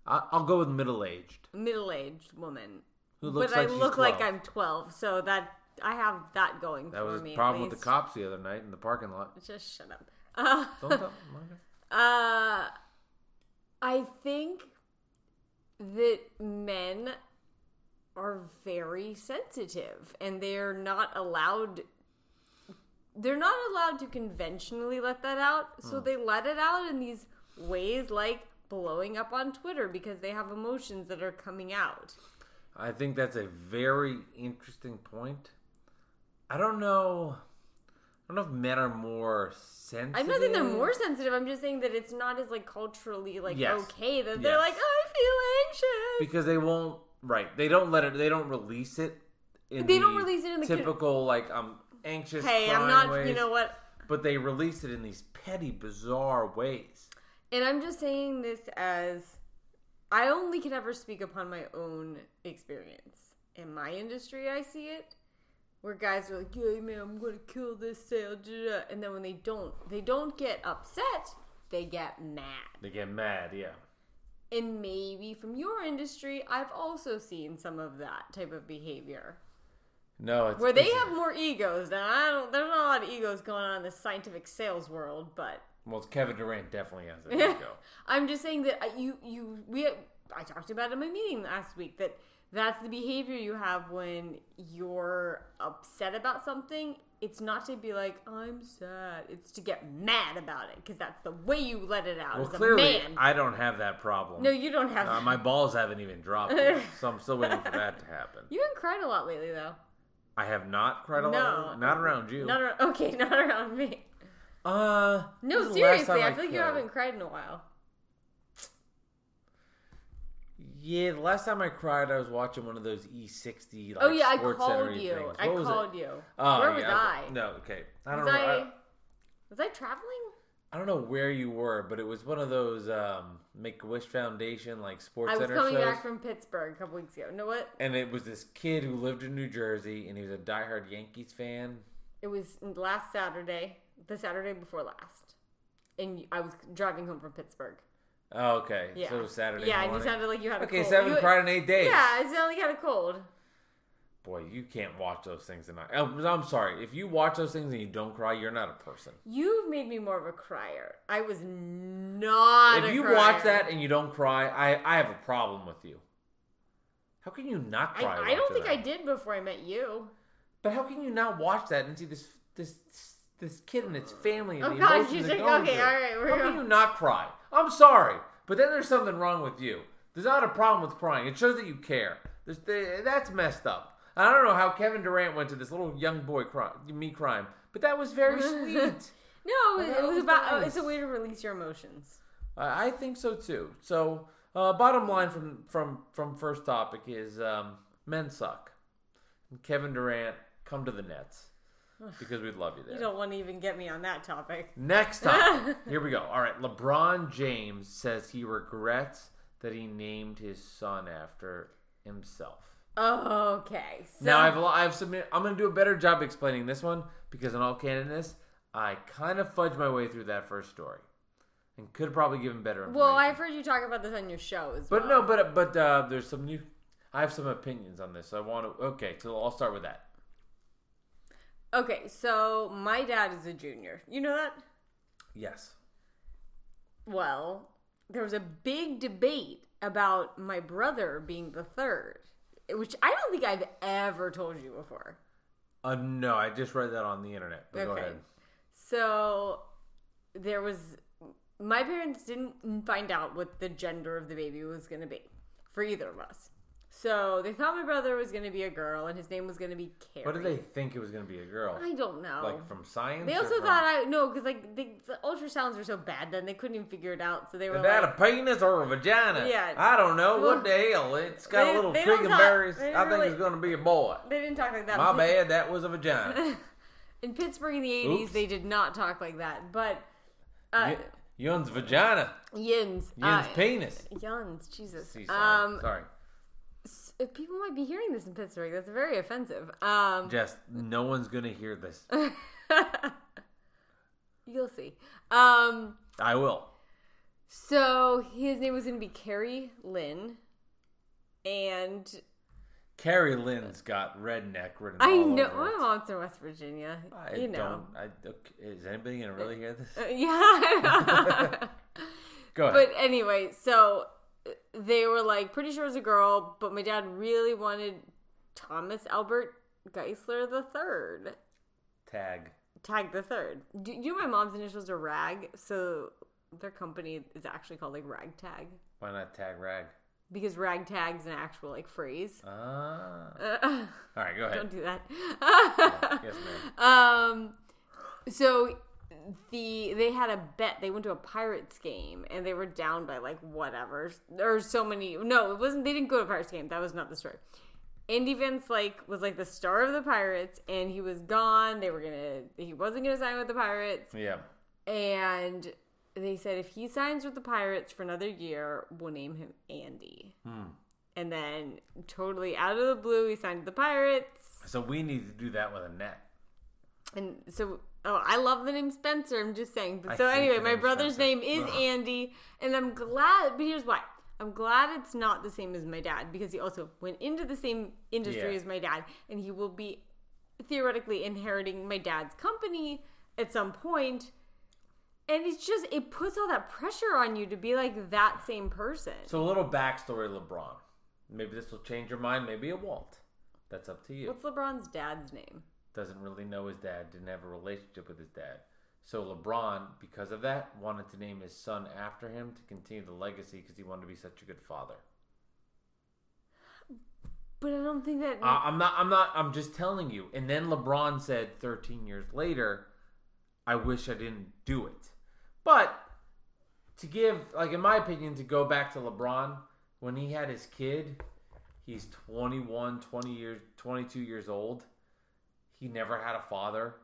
[SPEAKER 1] I, I'll go with middle aged.
[SPEAKER 2] middle aged woman,
[SPEAKER 1] Who looks
[SPEAKER 2] but
[SPEAKER 1] like
[SPEAKER 2] I
[SPEAKER 1] she's
[SPEAKER 2] look like
[SPEAKER 1] 12.
[SPEAKER 2] I'm 12, so that I have that going
[SPEAKER 1] That
[SPEAKER 2] for
[SPEAKER 1] was
[SPEAKER 2] me.
[SPEAKER 1] a
[SPEAKER 2] at
[SPEAKER 1] problem with the
[SPEAKER 2] least.
[SPEAKER 1] cops the other night in the parking lot.
[SPEAKER 2] Just shut up. Uh, *laughs*
[SPEAKER 1] Don't tell Monica.
[SPEAKER 2] uh, I think that men are very sensitive and they're not allowed they're not allowed to conventionally let that out
[SPEAKER 1] Hmm.
[SPEAKER 2] so they let it out in these ways like blowing up on twitter because they have emotions that are coming out
[SPEAKER 1] I think that's a very interesting point. I don't know. don't know if men are more sensitive.
[SPEAKER 2] I'm not saying they're more sensitive. I'm just saying that it's not as like culturally like
[SPEAKER 1] Yes.
[SPEAKER 2] okay that they're
[SPEAKER 1] Yes.
[SPEAKER 2] like "Oh, I feel anxious.
[SPEAKER 1] because they won't. Right, they don't let it. They don't release it. In
[SPEAKER 2] They don't release it in the kid-
[SPEAKER 1] typical like I'm anxious.
[SPEAKER 2] hey, I'm
[SPEAKER 1] crying
[SPEAKER 2] not. You
[SPEAKER 1] ways,
[SPEAKER 2] know what?
[SPEAKER 1] But they release it in these petty, bizarre ways.
[SPEAKER 2] And I'm just saying this as I only can ever speak upon my own experience. In my industry, I see it where guys are like, yeah, man, I'm going to kill this sale. da-da-da," And then when they don't, they don't get upset, they get mad.
[SPEAKER 1] They get mad. Yeah.
[SPEAKER 2] And maybe from your industry, I've also seen some of that type of behavior
[SPEAKER 1] No, it's
[SPEAKER 2] where they
[SPEAKER 1] it's-
[SPEAKER 2] have more egos than I don't. There's not a lot of egos going on in the scientific sales world, but
[SPEAKER 1] Well, Kevin Durant definitely has an
[SPEAKER 2] *laughs*
[SPEAKER 1] ego.
[SPEAKER 2] I'm just saying that I- you you we I talked about it in my meeting last week that that's the behavior you have when you're upset about something. It's not to be like I'm sad. It's to get mad about it because that's the way you let it out
[SPEAKER 1] Well,
[SPEAKER 2] as a
[SPEAKER 1] clearly,
[SPEAKER 2] man.
[SPEAKER 1] I don't have that problem.
[SPEAKER 2] no, you don't have.
[SPEAKER 1] Uh,
[SPEAKER 2] *laughs*
[SPEAKER 1] my balls haven't even dropped yet, so I'm still waiting for that to happen.
[SPEAKER 2] you haven't cried a lot lately, though.
[SPEAKER 1] I have not cried a lot.
[SPEAKER 2] No.
[SPEAKER 1] Not around you.
[SPEAKER 2] Not around, okay, *laughs* not around me.
[SPEAKER 1] uh, when was
[SPEAKER 2] No,
[SPEAKER 1] the last
[SPEAKER 2] seriously,
[SPEAKER 1] time
[SPEAKER 2] I feel like you
[SPEAKER 1] cried?
[SPEAKER 2] haven't cried in a while.
[SPEAKER 1] Yeah, the last time I cried, I was watching one of those E60. Like,
[SPEAKER 2] Oh yeah, I
[SPEAKER 1] Sports Center E
[SPEAKER 2] called you.
[SPEAKER 1] Things.
[SPEAKER 2] I
[SPEAKER 1] What was it?
[SPEAKER 2] called you.
[SPEAKER 1] Oh,
[SPEAKER 2] Where
[SPEAKER 1] yeah,
[SPEAKER 2] was I?
[SPEAKER 1] No, okay. I don't
[SPEAKER 2] Was
[SPEAKER 1] know.
[SPEAKER 2] I,
[SPEAKER 1] I,
[SPEAKER 2] was I traveling?
[SPEAKER 1] I don't know where you were, but it was one of those um, Make a Wish Foundation like Sports
[SPEAKER 2] I was
[SPEAKER 1] Center
[SPEAKER 2] coming
[SPEAKER 1] shows.
[SPEAKER 2] back from Pittsburgh a couple weeks ago. You know what?
[SPEAKER 1] and it was this kid who lived in New Jersey, and he was a diehard Yankees fan.
[SPEAKER 2] It was last Saturday, the Saturday before last, and I was driving home from Pittsburgh.
[SPEAKER 1] Oh, okay.
[SPEAKER 2] Yeah.
[SPEAKER 1] So it was Saturday
[SPEAKER 2] Yeah, and you
[SPEAKER 1] morning.
[SPEAKER 2] sounded like you had a
[SPEAKER 1] okay,
[SPEAKER 2] cold.
[SPEAKER 1] so I haven't
[SPEAKER 2] You-
[SPEAKER 1] cried in eight days.
[SPEAKER 2] Yeah, it sounded like you had a cold.
[SPEAKER 1] Boy, you can't watch those things and not. I'm I'm sorry. If you watch those things and you don't cry, you're not a person.
[SPEAKER 2] You've made me more of a crier. I was not.
[SPEAKER 1] if
[SPEAKER 2] a
[SPEAKER 1] you
[SPEAKER 2] crier.
[SPEAKER 1] watch that and you don't cry, I, I have a problem with you. How can you not
[SPEAKER 2] I,
[SPEAKER 1] cry?
[SPEAKER 2] I don't
[SPEAKER 1] watching
[SPEAKER 2] think
[SPEAKER 1] that?
[SPEAKER 2] I did before I met you.
[SPEAKER 1] But how can you not watch that and see this this this kid and its family and
[SPEAKER 2] Oh,
[SPEAKER 1] the
[SPEAKER 2] God,
[SPEAKER 1] emotions
[SPEAKER 2] you
[SPEAKER 1] they're
[SPEAKER 2] think-
[SPEAKER 1] going
[SPEAKER 2] okay,
[SPEAKER 1] through?
[SPEAKER 2] all right, we're
[SPEAKER 1] how can
[SPEAKER 2] gonna-
[SPEAKER 1] you not cry? I'm sorry, but then there's something wrong with you. There's not a problem with crying. It shows that you care. There's, th- that's messed up. I don't know how Kevin Durant went to this little young boy cry, me crying, but that was
[SPEAKER 2] *laughs*
[SPEAKER 1] very sweet.
[SPEAKER 2] No, it was,
[SPEAKER 1] that
[SPEAKER 2] it was
[SPEAKER 1] was
[SPEAKER 2] about.
[SPEAKER 1] nice.
[SPEAKER 2] It's a way to release your emotions.
[SPEAKER 1] I I think so too. So, uh, bottom line from from from first topic is um, men suck. Kevin Durant, come to the
[SPEAKER 2] *sighs*
[SPEAKER 1] Nets because we love you there.
[SPEAKER 2] You don't want to even get me on that topic.
[SPEAKER 1] Next
[SPEAKER 2] *laughs*
[SPEAKER 1] topic. Here we go. All right. LeBron James says he regrets that he named his son after himself.
[SPEAKER 2] Okay, so
[SPEAKER 1] now I've I've submitted. I'm gonna do a better job explaining this one because in all candidness, I kind of fudged my way through that first story, and could have probably given better. Information.
[SPEAKER 2] well, I've heard you talk about this on your show as well.
[SPEAKER 1] But no, but but uh, there's some new. I have some opinions on this. So I want to. Okay, so I'll start with that.
[SPEAKER 2] Okay, so my dad is a junior. You know that?
[SPEAKER 1] Yes.
[SPEAKER 2] Well, there was a big debate about my brother being the third, which I don't think I've ever told you before.
[SPEAKER 1] Uh, no, I just read that on the internet. But Go
[SPEAKER 2] Okay.
[SPEAKER 1] ahead.
[SPEAKER 2] So there was my parents didn't find out what the gender of the baby was going to be for either of us. So they thought my brother was going to be a girl and his name was going to be Carrie.
[SPEAKER 1] What did they think it was going to be a girl?
[SPEAKER 2] I don't know.
[SPEAKER 1] Like from science?
[SPEAKER 2] They
[SPEAKER 1] or
[SPEAKER 2] also
[SPEAKER 1] from-
[SPEAKER 2] thought I no, because like the, the ultrasounds were so bad then they couldn't even figure it out. So they were
[SPEAKER 1] Is that
[SPEAKER 2] like,
[SPEAKER 1] a penis or a vagina?
[SPEAKER 2] Yeah.
[SPEAKER 1] I don't know.
[SPEAKER 2] Well,
[SPEAKER 1] what the hell? It's got
[SPEAKER 2] they-
[SPEAKER 1] a little
[SPEAKER 2] they
[SPEAKER 1] twig
[SPEAKER 2] don't
[SPEAKER 1] and
[SPEAKER 2] talk-
[SPEAKER 1] berries.
[SPEAKER 2] they
[SPEAKER 1] I think
[SPEAKER 2] really-
[SPEAKER 1] it's going to be a boy.
[SPEAKER 2] they didn't talk like that.
[SPEAKER 1] My
[SPEAKER 2] in Pit-
[SPEAKER 1] bad. That was a
[SPEAKER 2] *laughs*
[SPEAKER 1] vagina.
[SPEAKER 2] In Pittsburgh in the eighties,
[SPEAKER 1] Oops.
[SPEAKER 2] they did not talk like that. But uh,
[SPEAKER 1] Y- Yun's vagina.
[SPEAKER 2] yins,
[SPEAKER 1] Yun's
[SPEAKER 2] uh,
[SPEAKER 1] penis.
[SPEAKER 2] Yuns, Jesus.
[SPEAKER 1] See, sorry.
[SPEAKER 2] Um,
[SPEAKER 1] sorry.
[SPEAKER 2] s- people might be hearing this in Pittsburgh. That's very offensive. Um,
[SPEAKER 1] Jess, no one's going to hear this.
[SPEAKER 2] *laughs* you'll see. Um,
[SPEAKER 1] I will.
[SPEAKER 2] so his name was going to be Carrie Lynn, and
[SPEAKER 1] Carrie Lynn's got redneck written
[SPEAKER 2] I
[SPEAKER 1] all
[SPEAKER 2] know
[SPEAKER 1] over
[SPEAKER 2] my
[SPEAKER 1] it.
[SPEAKER 2] mom's from West Virginia.
[SPEAKER 1] I
[SPEAKER 2] you know.
[SPEAKER 1] don't. I, okay, is anybody going to really hear this?
[SPEAKER 2] Uh,
[SPEAKER 1] *laughs*
[SPEAKER 2] *laughs* Yeah.
[SPEAKER 1] Go ahead.
[SPEAKER 2] but anyway, so uh, they were like pretty sure it was a girl, but my dad really wanted Thomas Albert Geisler the third.
[SPEAKER 1] Tag.
[SPEAKER 2] Tag the third. Do you know my mom's initials are rag, so their company is actually called like ragtag.
[SPEAKER 1] Why not tag rag?
[SPEAKER 2] Because ragtag's an actual like phrase. *laughs*
[SPEAKER 1] Ah.
[SPEAKER 2] Uh,
[SPEAKER 1] All right, go ahead.
[SPEAKER 2] don't do that.
[SPEAKER 1] Yes, ma'am.
[SPEAKER 2] Um, So the they had a bet. They went to a Pirates game and they were down by like whatever or so many. No, it wasn't. They didn't go to Pirates game. That was not the story. Andy Vince like was like the star of the Pirates and he was gone. They were gonna. He wasn't gonna sign with the Pirates
[SPEAKER 1] Yeah.
[SPEAKER 2] and they said if he signs with the Pirates for another year, we'll name him Andy. And then totally out of the blue, he signed with the Pirates.
[SPEAKER 1] So we need to do that with a net.
[SPEAKER 2] And so, oh, I love the name Spencer. I'm just saying. But so
[SPEAKER 1] hate
[SPEAKER 2] anyway,
[SPEAKER 1] the
[SPEAKER 2] my
[SPEAKER 1] name
[SPEAKER 2] brother's
[SPEAKER 1] Spencer.
[SPEAKER 2] name is Andy, and I'm glad. But here's why: I'm glad it's not the same as my dad because he also went into the same industry
[SPEAKER 1] Yeah.
[SPEAKER 2] as my dad, and he will be theoretically inheriting my dad's company at some point. And it's just it puts all that pressure on you to be like that same person.
[SPEAKER 1] So a little backstory, LeBron. Maybe this will change your mind. Maybe it won't. That's up to you.
[SPEAKER 2] What's LeBron's dad's name?
[SPEAKER 1] Doesn't really know his dad. Didn't have a relationship with his dad. So LeBron, because of that, wanted to name his son after him to continue the legacy because he wanted to be such a good father.
[SPEAKER 2] But I don't think that.
[SPEAKER 1] I, I'm not. I'm not. I'm just telling you. And then LeBron said, 13 years later, I wish I didn't do it. But to give, like, in my opinion, to go back to LeBron when he had his kid, he's 21, 20 years, 22 years old. He never had a father.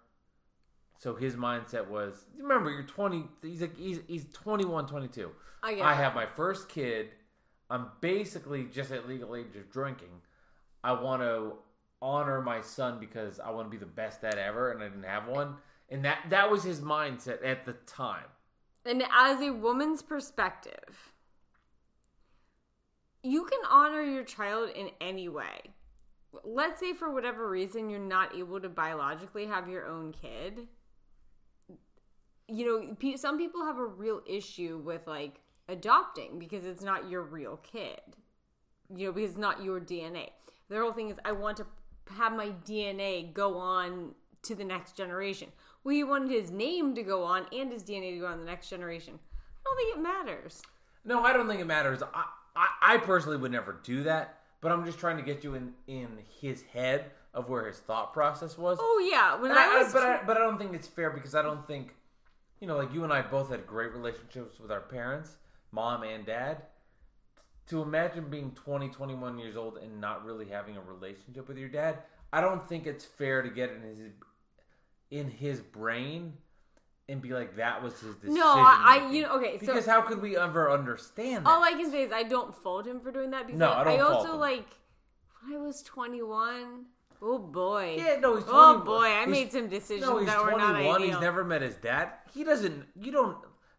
[SPEAKER 1] So his mindset was, remember, you're 20. He's like, he's, he's 21, 22.
[SPEAKER 2] I get
[SPEAKER 1] I
[SPEAKER 2] that.
[SPEAKER 1] have my first kid. I'm basically just at legal age of drinking. I want to honor my son because I want to be the best dad ever, and I didn't have one. And that that was his mindset at the time.
[SPEAKER 2] And as a woman's perspective, you can honor your child in any way. Let's say for whatever reason you're not able to biologically have your own kid. You know, pe- some people have a real issue with like adopting because it's not your real kid. You know, because it's not your DNA. Their whole thing is I want to have my DNA go on to the next generation. Well, he wanted his name to go on and his DNA to go on the next generation. I don't think it matters.
[SPEAKER 1] No, I don't think it matters. I, I, I personally would never do that, but I'm just trying to get you in in his head of where his thought process was.
[SPEAKER 2] Oh yeah, when
[SPEAKER 1] And I,
[SPEAKER 2] I,
[SPEAKER 1] I-
[SPEAKER 2] was
[SPEAKER 1] but I, but I don't think it's fair because I don't think, you know, like you and I both had great relationships with our parents, mom and dad. To imagine being 20, 21 years old and not really having a relationship with your dad, I don't think it's fair to get in his in his brain and be like that was his decision.
[SPEAKER 2] no, I, I you know okay. So
[SPEAKER 1] because how could we ever understand that?
[SPEAKER 2] all I can say is I don't fault him for doing that because
[SPEAKER 1] No,
[SPEAKER 2] I,
[SPEAKER 1] I don't
[SPEAKER 2] I
[SPEAKER 1] fault
[SPEAKER 2] also
[SPEAKER 1] him.
[SPEAKER 2] like when I was twenty one. Oh boy.
[SPEAKER 1] Yeah, no, he's 21.
[SPEAKER 2] Oh boy, I
[SPEAKER 1] He's-
[SPEAKER 2] made some decisions
[SPEAKER 1] No, he's
[SPEAKER 2] that were not
[SPEAKER 1] 21.
[SPEAKER 2] ideal.
[SPEAKER 1] He's never met his dad. He doesn't. You don't.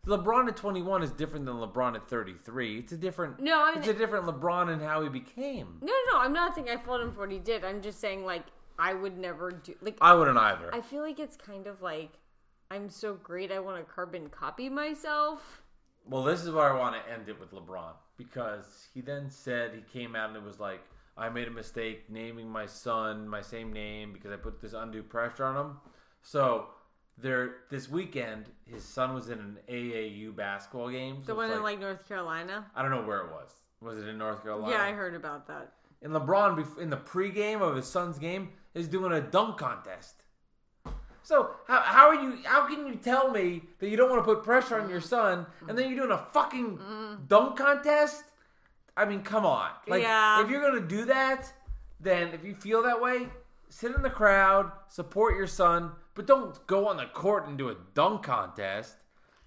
[SPEAKER 1] LeBron at 21 is different than LeBron at 33. It's a different.
[SPEAKER 2] No, I-
[SPEAKER 1] it's a different LeBron and how he became.
[SPEAKER 2] no, no, no, I'm not saying I fault him for what he did. I'm just saying like I would never do like
[SPEAKER 1] I wouldn't either.
[SPEAKER 2] I feel like it's kind of like I'm so great I want to carbon copy myself.
[SPEAKER 1] Well, this is where I want to end it with LeBron because he then said he came out and it was like, I made a mistake naming my son my same name because I put this undue pressure on him. So there, this weekend, his son was in an AAU basketball game. So
[SPEAKER 2] The
[SPEAKER 1] it's
[SPEAKER 2] one in like North Carolina.
[SPEAKER 1] I don't know where it was. Was it in North Carolina?
[SPEAKER 2] Yeah, I heard about that.
[SPEAKER 1] And LeBron, bef- in the pregame of his son's game, is doing a dunk contest. So how, how are you? How can you tell me that you don't want to put pressure on your son, and then you're doing a fucking dunk contest? I mean, come on! Like,
[SPEAKER 2] Yeah.
[SPEAKER 1] if you're gonna do that, then if you feel that way, sit in the crowd, support your son, but don't go on the court and do a dunk contest.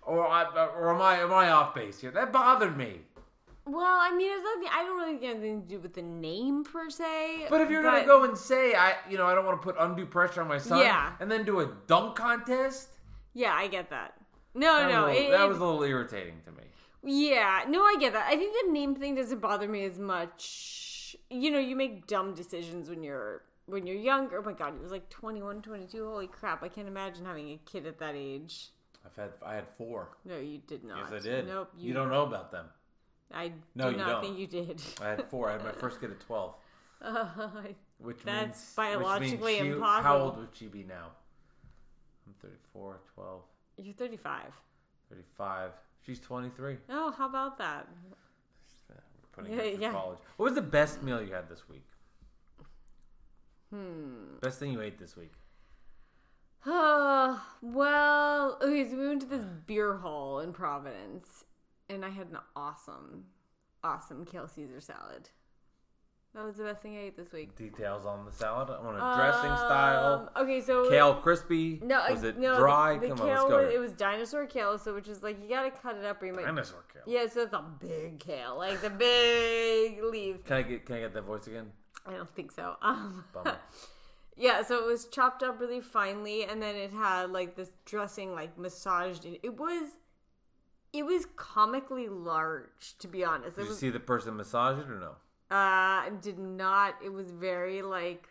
[SPEAKER 1] Or I, or am I am I off base here? That bothered me.
[SPEAKER 2] Well, I mean, it's nothing. I don't really think it has anything to do with the name per se.
[SPEAKER 1] But if you're gonna go and say I, you know, I don't want to put undue pressure on my son,
[SPEAKER 2] Yeah.
[SPEAKER 1] and then do a dunk contest,
[SPEAKER 2] yeah, I get that. No,
[SPEAKER 1] that,
[SPEAKER 2] no,
[SPEAKER 1] was, a little,
[SPEAKER 2] it-
[SPEAKER 1] that
[SPEAKER 2] it-
[SPEAKER 1] was a little irritating to me.
[SPEAKER 2] yeah, no, I get that. I think the name thing doesn't bother me as much. You know, you make dumb decisions when you're when you're younger. Oh my god, he was like 21, 22. Holy crap! I can't imagine having a kid at that age.
[SPEAKER 1] I've had I had four.
[SPEAKER 2] No, you did not.
[SPEAKER 1] Yes, I did.
[SPEAKER 2] Nope.
[SPEAKER 1] you, don't know about them.
[SPEAKER 2] I
[SPEAKER 1] No,
[SPEAKER 2] do
[SPEAKER 1] you
[SPEAKER 2] not
[SPEAKER 1] don't.
[SPEAKER 2] think
[SPEAKER 1] *laughs*
[SPEAKER 2] you did. *laughs*
[SPEAKER 1] I had four. I had my first kid at twelve,
[SPEAKER 2] Uh,
[SPEAKER 1] which
[SPEAKER 2] That's
[SPEAKER 1] means which means
[SPEAKER 2] biologically
[SPEAKER 1] she- How
[SPEAKER 2] impossible.
[SPEAKER 1] old would she be now? I'm 34, 12,
[SPEAKER 2] you're 35.
[SPEAKER 1] 35. She's 23.
[SPEAKER 2] Oh, how about that? *sighs*
[SPEAKER 1] Putting her
[SPEAKER 2] Yeah,
[SPEAKER 1] through
[SPEAKER 2] yeah.
[SPEAKER 1] college. What was the best meal you had this week? Hmm. Best thing you ate this week?
[SPEAKER 2] Uh, well, okay, so we went to this beer hall in Providence, and I had an awesome, awesome kale Caesar salad. That was the best thing I ate this week.
[SPEAKER 1] Details on the salad. I want a dressing style.
[SPEAKER 2] Um, Okay, so
[SPEAKER 1] Kale crispy.
[SPEAKER 2] No, I-
[SPEAKER 1] was it
[SPEAKER 2] no, the-
[SPEAKER 1] dry?
[SPEAKER 2] The,
[SPEAKER 1] Come on,
[SPEAKER 2] kale
[SPEAKER 1] let's go.
[SPEAKER 2] Was, it was dinosaur kale, so which is like you gotta cut it up or you might.
[SPEAKER 1] Dinosaur kale.
[SPEAKER 2] Yeah, so it's a big kale, like the big leaf.
[SPEAKER 1] Can I get Can I get that voice
[SPEAKER 2] *laughs*
[SPEAKER 1] again?
[SPEAKER 2] I don't think so. *laughs* Um,
[SPEAKER 1] Bummer.
[SPEAKER 2] yeah, so it was chopped up really finely, and then it had like this dressing like massaged. In. It was, it was comically large, to be honest. It
[SPEAKER 1] Did you
[SPEAKER 2] was.
[SPEAKER 1] see the person massage it or no?
[SPEAKER 2] Uh, did not. It was very like,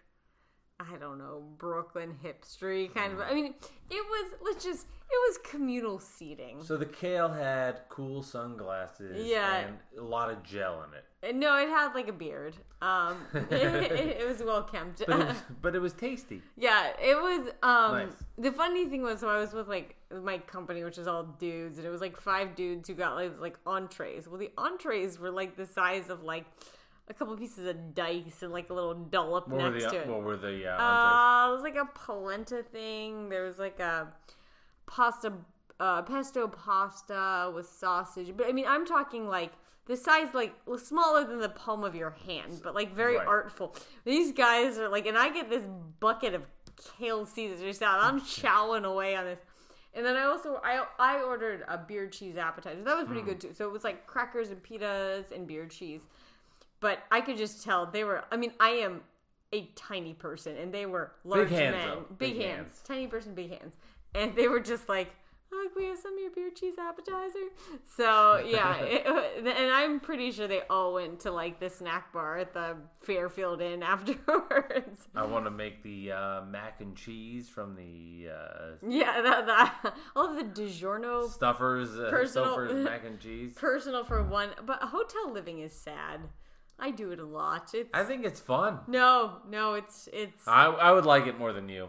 [SPEAKER 2] I don't know, Brooklyn hipstery kind of. I mean, it was. Let's just. It was communal seating.
[SPEAKER 1] So the kale had cool sunglasses.
[SPEAKER 2] Yeah.
[SPEAKER 1] And a lot of gel in
[SPEAKER 2] *laughs*
[SPEAKER 1] it.
[SPEAKER 2] And No, it had like a beard. Um, *laughs* it, was well kept.
[SPEAKER 1] But it was, but it was tasty.
[SPEAKER 2] yeah, it was. Um,
[SPEAKER 1] Nice.
[SPEAKER 2] the funny thing was, so I was with like my company, which is all dudes, and it was like five dudes who got like like entrees. Well, the entrees were like the size of like a couple pieces of dice and like a little dollop
[SPEAKER 1] What
[SPEAKER 2] next
[SPEAKER 1] were
[SPEAKER 2] to
[SPEAKER 1] the
[SPEAKER 2] it.
[SPEAKER 1] What were the uh, entrees?
[SPEAKER 2] Uh, it was like a polenta thing. There was like a pasta, uh, pesto pasta with sausage. But I mean, I'm talking like the size, like smaller than the palm of your hand, but like very
[SPEAKER 1] Right.
[SPEAKER 2] artful. These guys are like, and I get this bucket of kale Caesar salad. I'm chowing away on this. And then I also I I ordered a beer cheese appetizer. That was pretty good too. So it was like crackers and pitas and beer cheese but I could just tell they were. I mean, I am a tiny person, and they were large
[SPEAKER 1] hands,
[SPEAKER 2] men,
[SPEAKER 1] though.
[SPEAKER 2] big,
[SPEAKER 1] Big
[SPEAKER 2] hands.
[SPEAKER 1] hands.
[SPEAKER 2] tiny person, big hands, and they were just like, "Oh, can we have some of your beer cheese appetizer?" So
[SPEAKER 1] *laughs*
[SPEAKER 2] yeah, it, uh, and I'm pretty sure they all went to like the snack bar at the Fairfield Inn *laughs* afterwards.
[SPEAKER 1] I want to make the uh, mac and cheese from the uh,
[SPEAKER 2] yeah, that, that all the DiGiorno
[SPEAKER 1] stuffers. Uh,
[SPEAKER 2] Personal-
[SPEAKER 1] Stouffer's
[SPEAKER 2] *laughs*
[SPEAKER 1] mac and cheese.
[SPEAKER 2] personal for one, but hotel living is sad. I do it a lot. It's
[SPEAKER 1] I think it's fun.
[SPEAKER 2] no, no, it's it's
[SPEAKER 1] I I would like it more than you.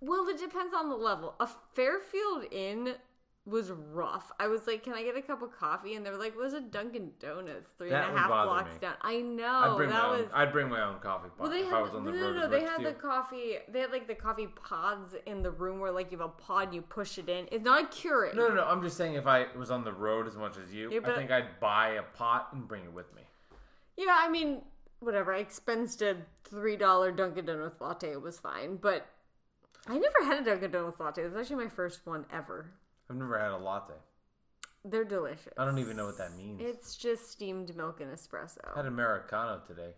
[SPEAKER 2] Well, it depends on the level. A Fairfield Inn was rough. I was like, "Can I get a cup of coffee?" And they were like, well, "There's a Dunkin' Donuts three and
[SPEAKER 1] That
[SPEAKER 2] a
[SPEAKER 1] would
[SPEAKER 2] half
[SPEAKER 1] bother
[SPEAKER 2] blocks
[SPEAKER 1] me.
[SPEAKER 2] down." I
[SPEAKER 1] I'd
[SPEAKER 2] know
[SPEAKER 1] bring
[SPEAKER 2] Oh, that
[SPEAKER 1] my
[SPEAKER 2] was.
[SPEAKER 1] own. I'd bring my own coffee pot
[SPEAKER 2] well, they
[SPEAKER 1] if
[SPEAKER 2] had
[SPEAKER 1] I was on the
[SPEAKER 2] no, no,
[SPEAKER 1] road.
[SPEAKER 2] no,
[SPEAKER 1] as
[SPEAKER 2] they
[SPEAKER 1] much as
[SPEAKER 2] had the
[SPEAKER 1] you.
[SPEAKER 2] coffee. They had like the coffee pods in the room where like you have a pod and you push it in. It's not a Keurig.
[SPEAKER 1] No, no, no. I'm just saying if I was on the road as much as you,
[SPEAKER 2] Yeah,
[SPEAKER 1] I
[SPEAKER 2] but-
[SPEAKER 1] think I'd buy a pot and bring it with me.
[SPEAKER 2] Yeah, I mean, whatever. I expensed a three dollar Dunkin' Donuts latte. It was fine, but I never had a Dunkin' Donuts latte. It was actually my first one ever.
[SPEAKER 1] I've never had a latte.
[SPEAKER 2] They're delicious.
[SPEAKER 1] I don't even know what that means.
[SPEAKER 2] It's just steamed milk and
[SPEAKER 1] I had
[SPEAKER 2] espresso.
[SPEAKER 1] Americano today.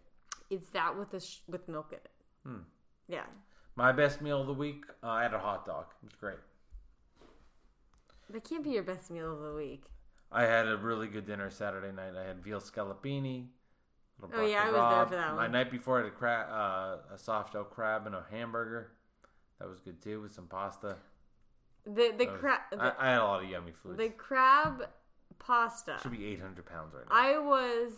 [SPEAKER 2] It's that with a sh- with milk in it.
[SPEAKER 1] Hmm.
[SPEAKER 2] Yeah.
[SPEAKER 1] My best meal of the week, uh, I had a hot dog. It was great.
[SPEAKER 2] That can't be your best meal of the week.
[SPEAKER 1] I had a really good dinner Saturday night. I had veal scallopini. little
[SPEAKER 2] Oh,
[SPEAKER 1] broccoli
[SPEAKER 2] yeah, I was there
[SPEAKER 1] rabe.
[SPEAKER 2] for that
[SPEAKER 1] My
[SPEAKER 2] one.
[SPEAKER 1] night before, I had a, cra- uh, a soft shell crab and a hamburger. That was good too, with some pasta.
[SPEAKER 2] The the
[SPEAKER 1] That was-
[SPEAKER 2] crab
[SPEAKER 1] I,
[SPEAKER 2] the,
[SPEAKER 1] I had a lot of yummy foods.
[SPEAKER 2] the crab pasta.
[SPEAKER 1] Should be 800 pounds right now.
[SPEAKER 2] I was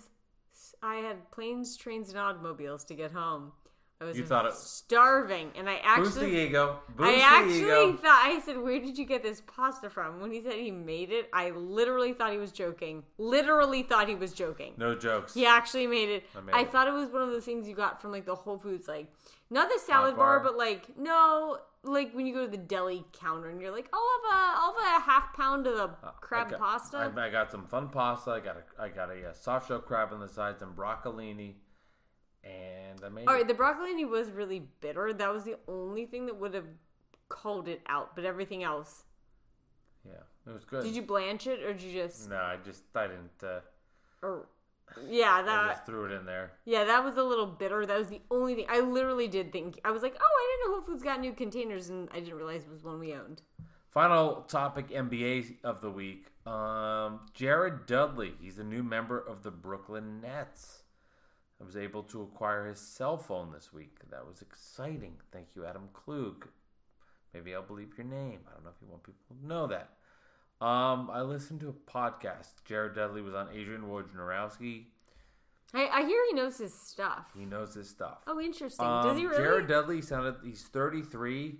[SPEAKER 2] I had planes, trains, and automobiles to get home. I was
[SPEAKER 1] You thought it-
[SPEAKER 2] starving, and I
[SPEAKER 1] Boost the
[SPEAKER 2] actually
[SPEAKER 1] ego. Boost
[SPEAKER 2] I
[SPEAKER 1] the
[SPEAKER 2] actually
[SPEAKER 1] ego.
[SPEAKER 2] thought I said, "Where did you get this pasta from?" When he said he made it, I literally thought he was joking. Literally thought he was joking.
[SPEAKER 1] No jokes.
[SPEAKER 2] He actually made it. I,
[SPEAKER 1] made it.
[SPEAKER 2] thought it was one of those things you got from like the Whole Foods, like not the salad
[SPEAKER 1] bar.
[SPEAKER 2] bar, but like no, like when you go to the deli counter and you're like, oh, I'll have a, I'll have a half pound of the crab
[SPEAKER 1] I got-
[SPEAKER 2] pasta.
[SPEAKER 1] Uh, I, I got some fun pasta. I got a I got a, uh soft shell crab on the sides and broccolini, and I made.
[SPEAKER 2] All right, the broccolini was really bitter. That was the only thing that would have called it out, but everything else.
[SPEAKER 1] it. Yeah, it was good.
[SPEAKER 2] Did you blanch it or did you just?
[SPEAKER 1] No, I just I didn't. Uh,
[SPEAKER 2] Or, yeah,
[SPEAKER 1] I
[SPEAKER 2] that
[SPEAKER 1] just threw it in there.
[SPEAKER 2] Yeah, that was a little bitter. That was the only thing. I literally did think. I was like, oh, I didn't know Whole Foods got new containers, and I didn't realize it was one we owned.
[SPEAKER 1] Final topic NBA of the week. Um, Jared Dudley. He's a new member of the Brooklyn Nets. I was able to acquire his cell phone this week. That was exciting. Thank you, Adam Klug. Maybe I'll bleep your name. I don't know if you want people to know that. Um, I listened to a podcast. Jared Dudley was on Adrian Wojnarowski.
[SPEAKER 2] I, I hear he knows his stuff.
[SPEAKER 1] He knows his stuff.
[SPEAKER 2] Oh, interesting.
[SPEAKER 1] Um,
[SPEAKER 2] Does he really?
[SPEAKER 1] Jared Dudley sounded. He's thirty three,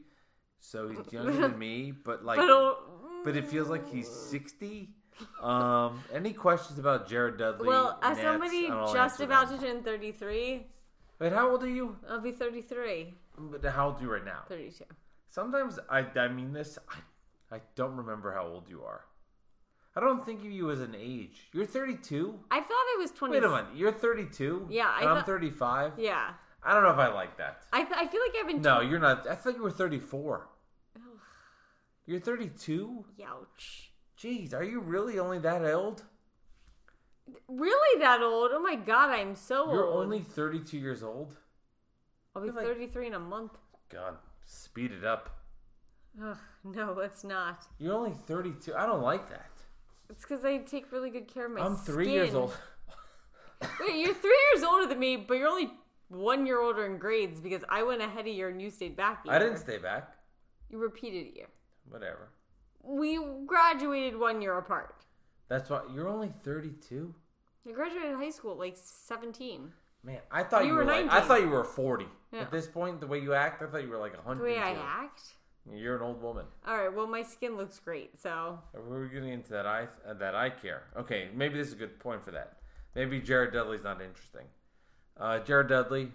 [SPEAKER 1] so
[SPEAKER 2] *laughs*
[SPEAKER 1] he's younger than me. But like,
[SPEAKER 2] but, oh,
[SPEAKER 1] but it feels like he's 60. Um, any questions about Jared Dudley?
[SPEAKER 2] well, as
[SPEAKER 1] Nets?
[SPEAKER 2] somebody
[SPEAKER 1] I'll
[SPEAKER 2] just
[SPEAKER 1] answer
[SPEAKER 2] about
[SPEAKER 1] them.
[SPEAKER 2] to turn 33,
[SPEAKER 1] Wait, how old are you?
[SPEAKER 2] I'll be 33,
[SPEAKER 1] But How old are you right now?
[SPEAKER 2] 32.
[SPEAKER 1] Sometimes I I mean this I I don't remember how old you are. I don't think of you as an age. You're 32.
[SPEAKER 2] I thought I was 20.
[SPEAKER 1] Wait a minute, you're 32.
[SPEAKER 2] Yeah, I
[SPEAKER 1] and I'm
[SPEAKER 2] thought-
[SPEAKER 1] 35.
[SPEAKER 2] Yeah.
[SPEAKER 1] I don't know if I like that.
[SPEAKER 2] I, th- I feel like I've been.
[SPEAKER 1] No, you're not. I thought you were 34. You're 32.
[SPEAKER 2] Youch.
[SPEAKER 1] Jeez, are you really only that old?
[SPEAKER 2] Really that old? Oh my god, I'm so
[SPEAKER 1] You're
[SPEAKER 2] old.
[SPEAKER 1] only 32 years old.
[SPEAKER 2] I'll be
[SPEAKER 1] you're like-
[SPEAKER 2] 33 in a month.
[SPEAKER 1] God, speed it up.
[SPEAKER 2] Ugh, no, it's not.
[SPEAKER 1] You're only 32. I don't like that.
[SPEAKER 2] It's because I take really good care of my
[SPEAKER 1] I'm three years
[SPEAKER 2] skin.
[SPEAKER 1] old. *laughs*
[SPEAKER 2] Wait, you're three years older than me, but you're only one year older in grades because I went ahead a year and you stayed back. a
[SPEAKER 1] I didn't
[SPEAKER 2] year.
[SPEAKER 1] stay back.
[SPEAKER 2] You repeated a year.
[SPEAKER 1] Whatever.
[SPEAKER 2] We graduated one year apart.
[SPEAKER 1] That's why you're only 32.
[SPEAKER 2] I graduated high school at like 17.
[SPEAKER 1] Man, I thought you,
[SPEAKER 2] You
[SPEAKER 1] were,
[SPEAKER 2] were
[SPEAKER 1] like I
[SPEAKER 2] 19.
[SPEAKER 1] thought you were 40.
[SPEAKER 2] Yeah.
[SPEAKER 1] At this point, the way you act, I thought you were like 100.
[SPEAKER 2] The way I act.
[SPEAKER 1] You're an old woman.
[SPEAKER 2] All right. Well, my skin looks great, so
[SPEAKER 1] We're getting into that eye uh, that eye care. Okay, maybe this is a good point for that. Maybe Jared Dudley's not interesting. Uh, Jared Dudley,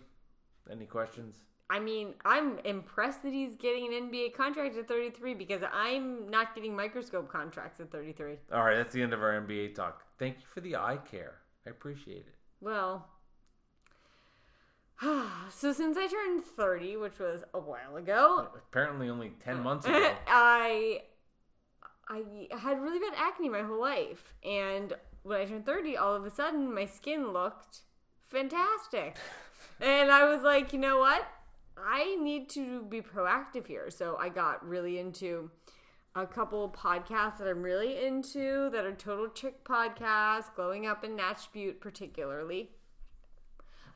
[SPEAKER 1] any questions?
[SPEAKER 2] I mean, I'm impressed that he's getting an NBA contract at 33 because I'm not getting microscope contracts at 33.
[SPEAKER 1] All right, that's the end of our NBA talk. Thank you for the eye care. I appreciate it.
[SPEAKER 2] Well, *sighs* so since I turned 30, which was a while ago,
[SPEAKER 1] Apparently, only ten months
[SPEAKER 2] *laughs*
[SPEAKER 1] ago.
[SPEAKER 2] I I had really bad acne my whole life, and when I turned 30, all of a sudden my skin looked fantastic. and I was like, you know what? I need to be proactive here. So I got really into a couple podcasts that I'm really into that are total chick podcasts, glowing up in Natch Butte particularly.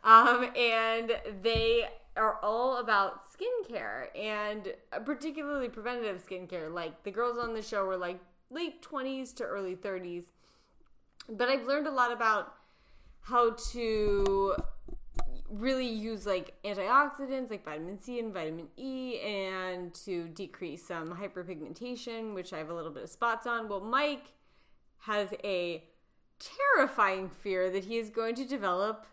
[SPEAKER 2] Um, and they are all about skincare and particularly preventative skincare. Like the girls on the show were like late 20s to early 30s. But I've learned a lot about how to really use like antioxidants like vitamin C and vitamin E and to decrease some hyperpigmentation, which I have a little bit of spots on. Well, Mike has a terrifying fear that he is going to develop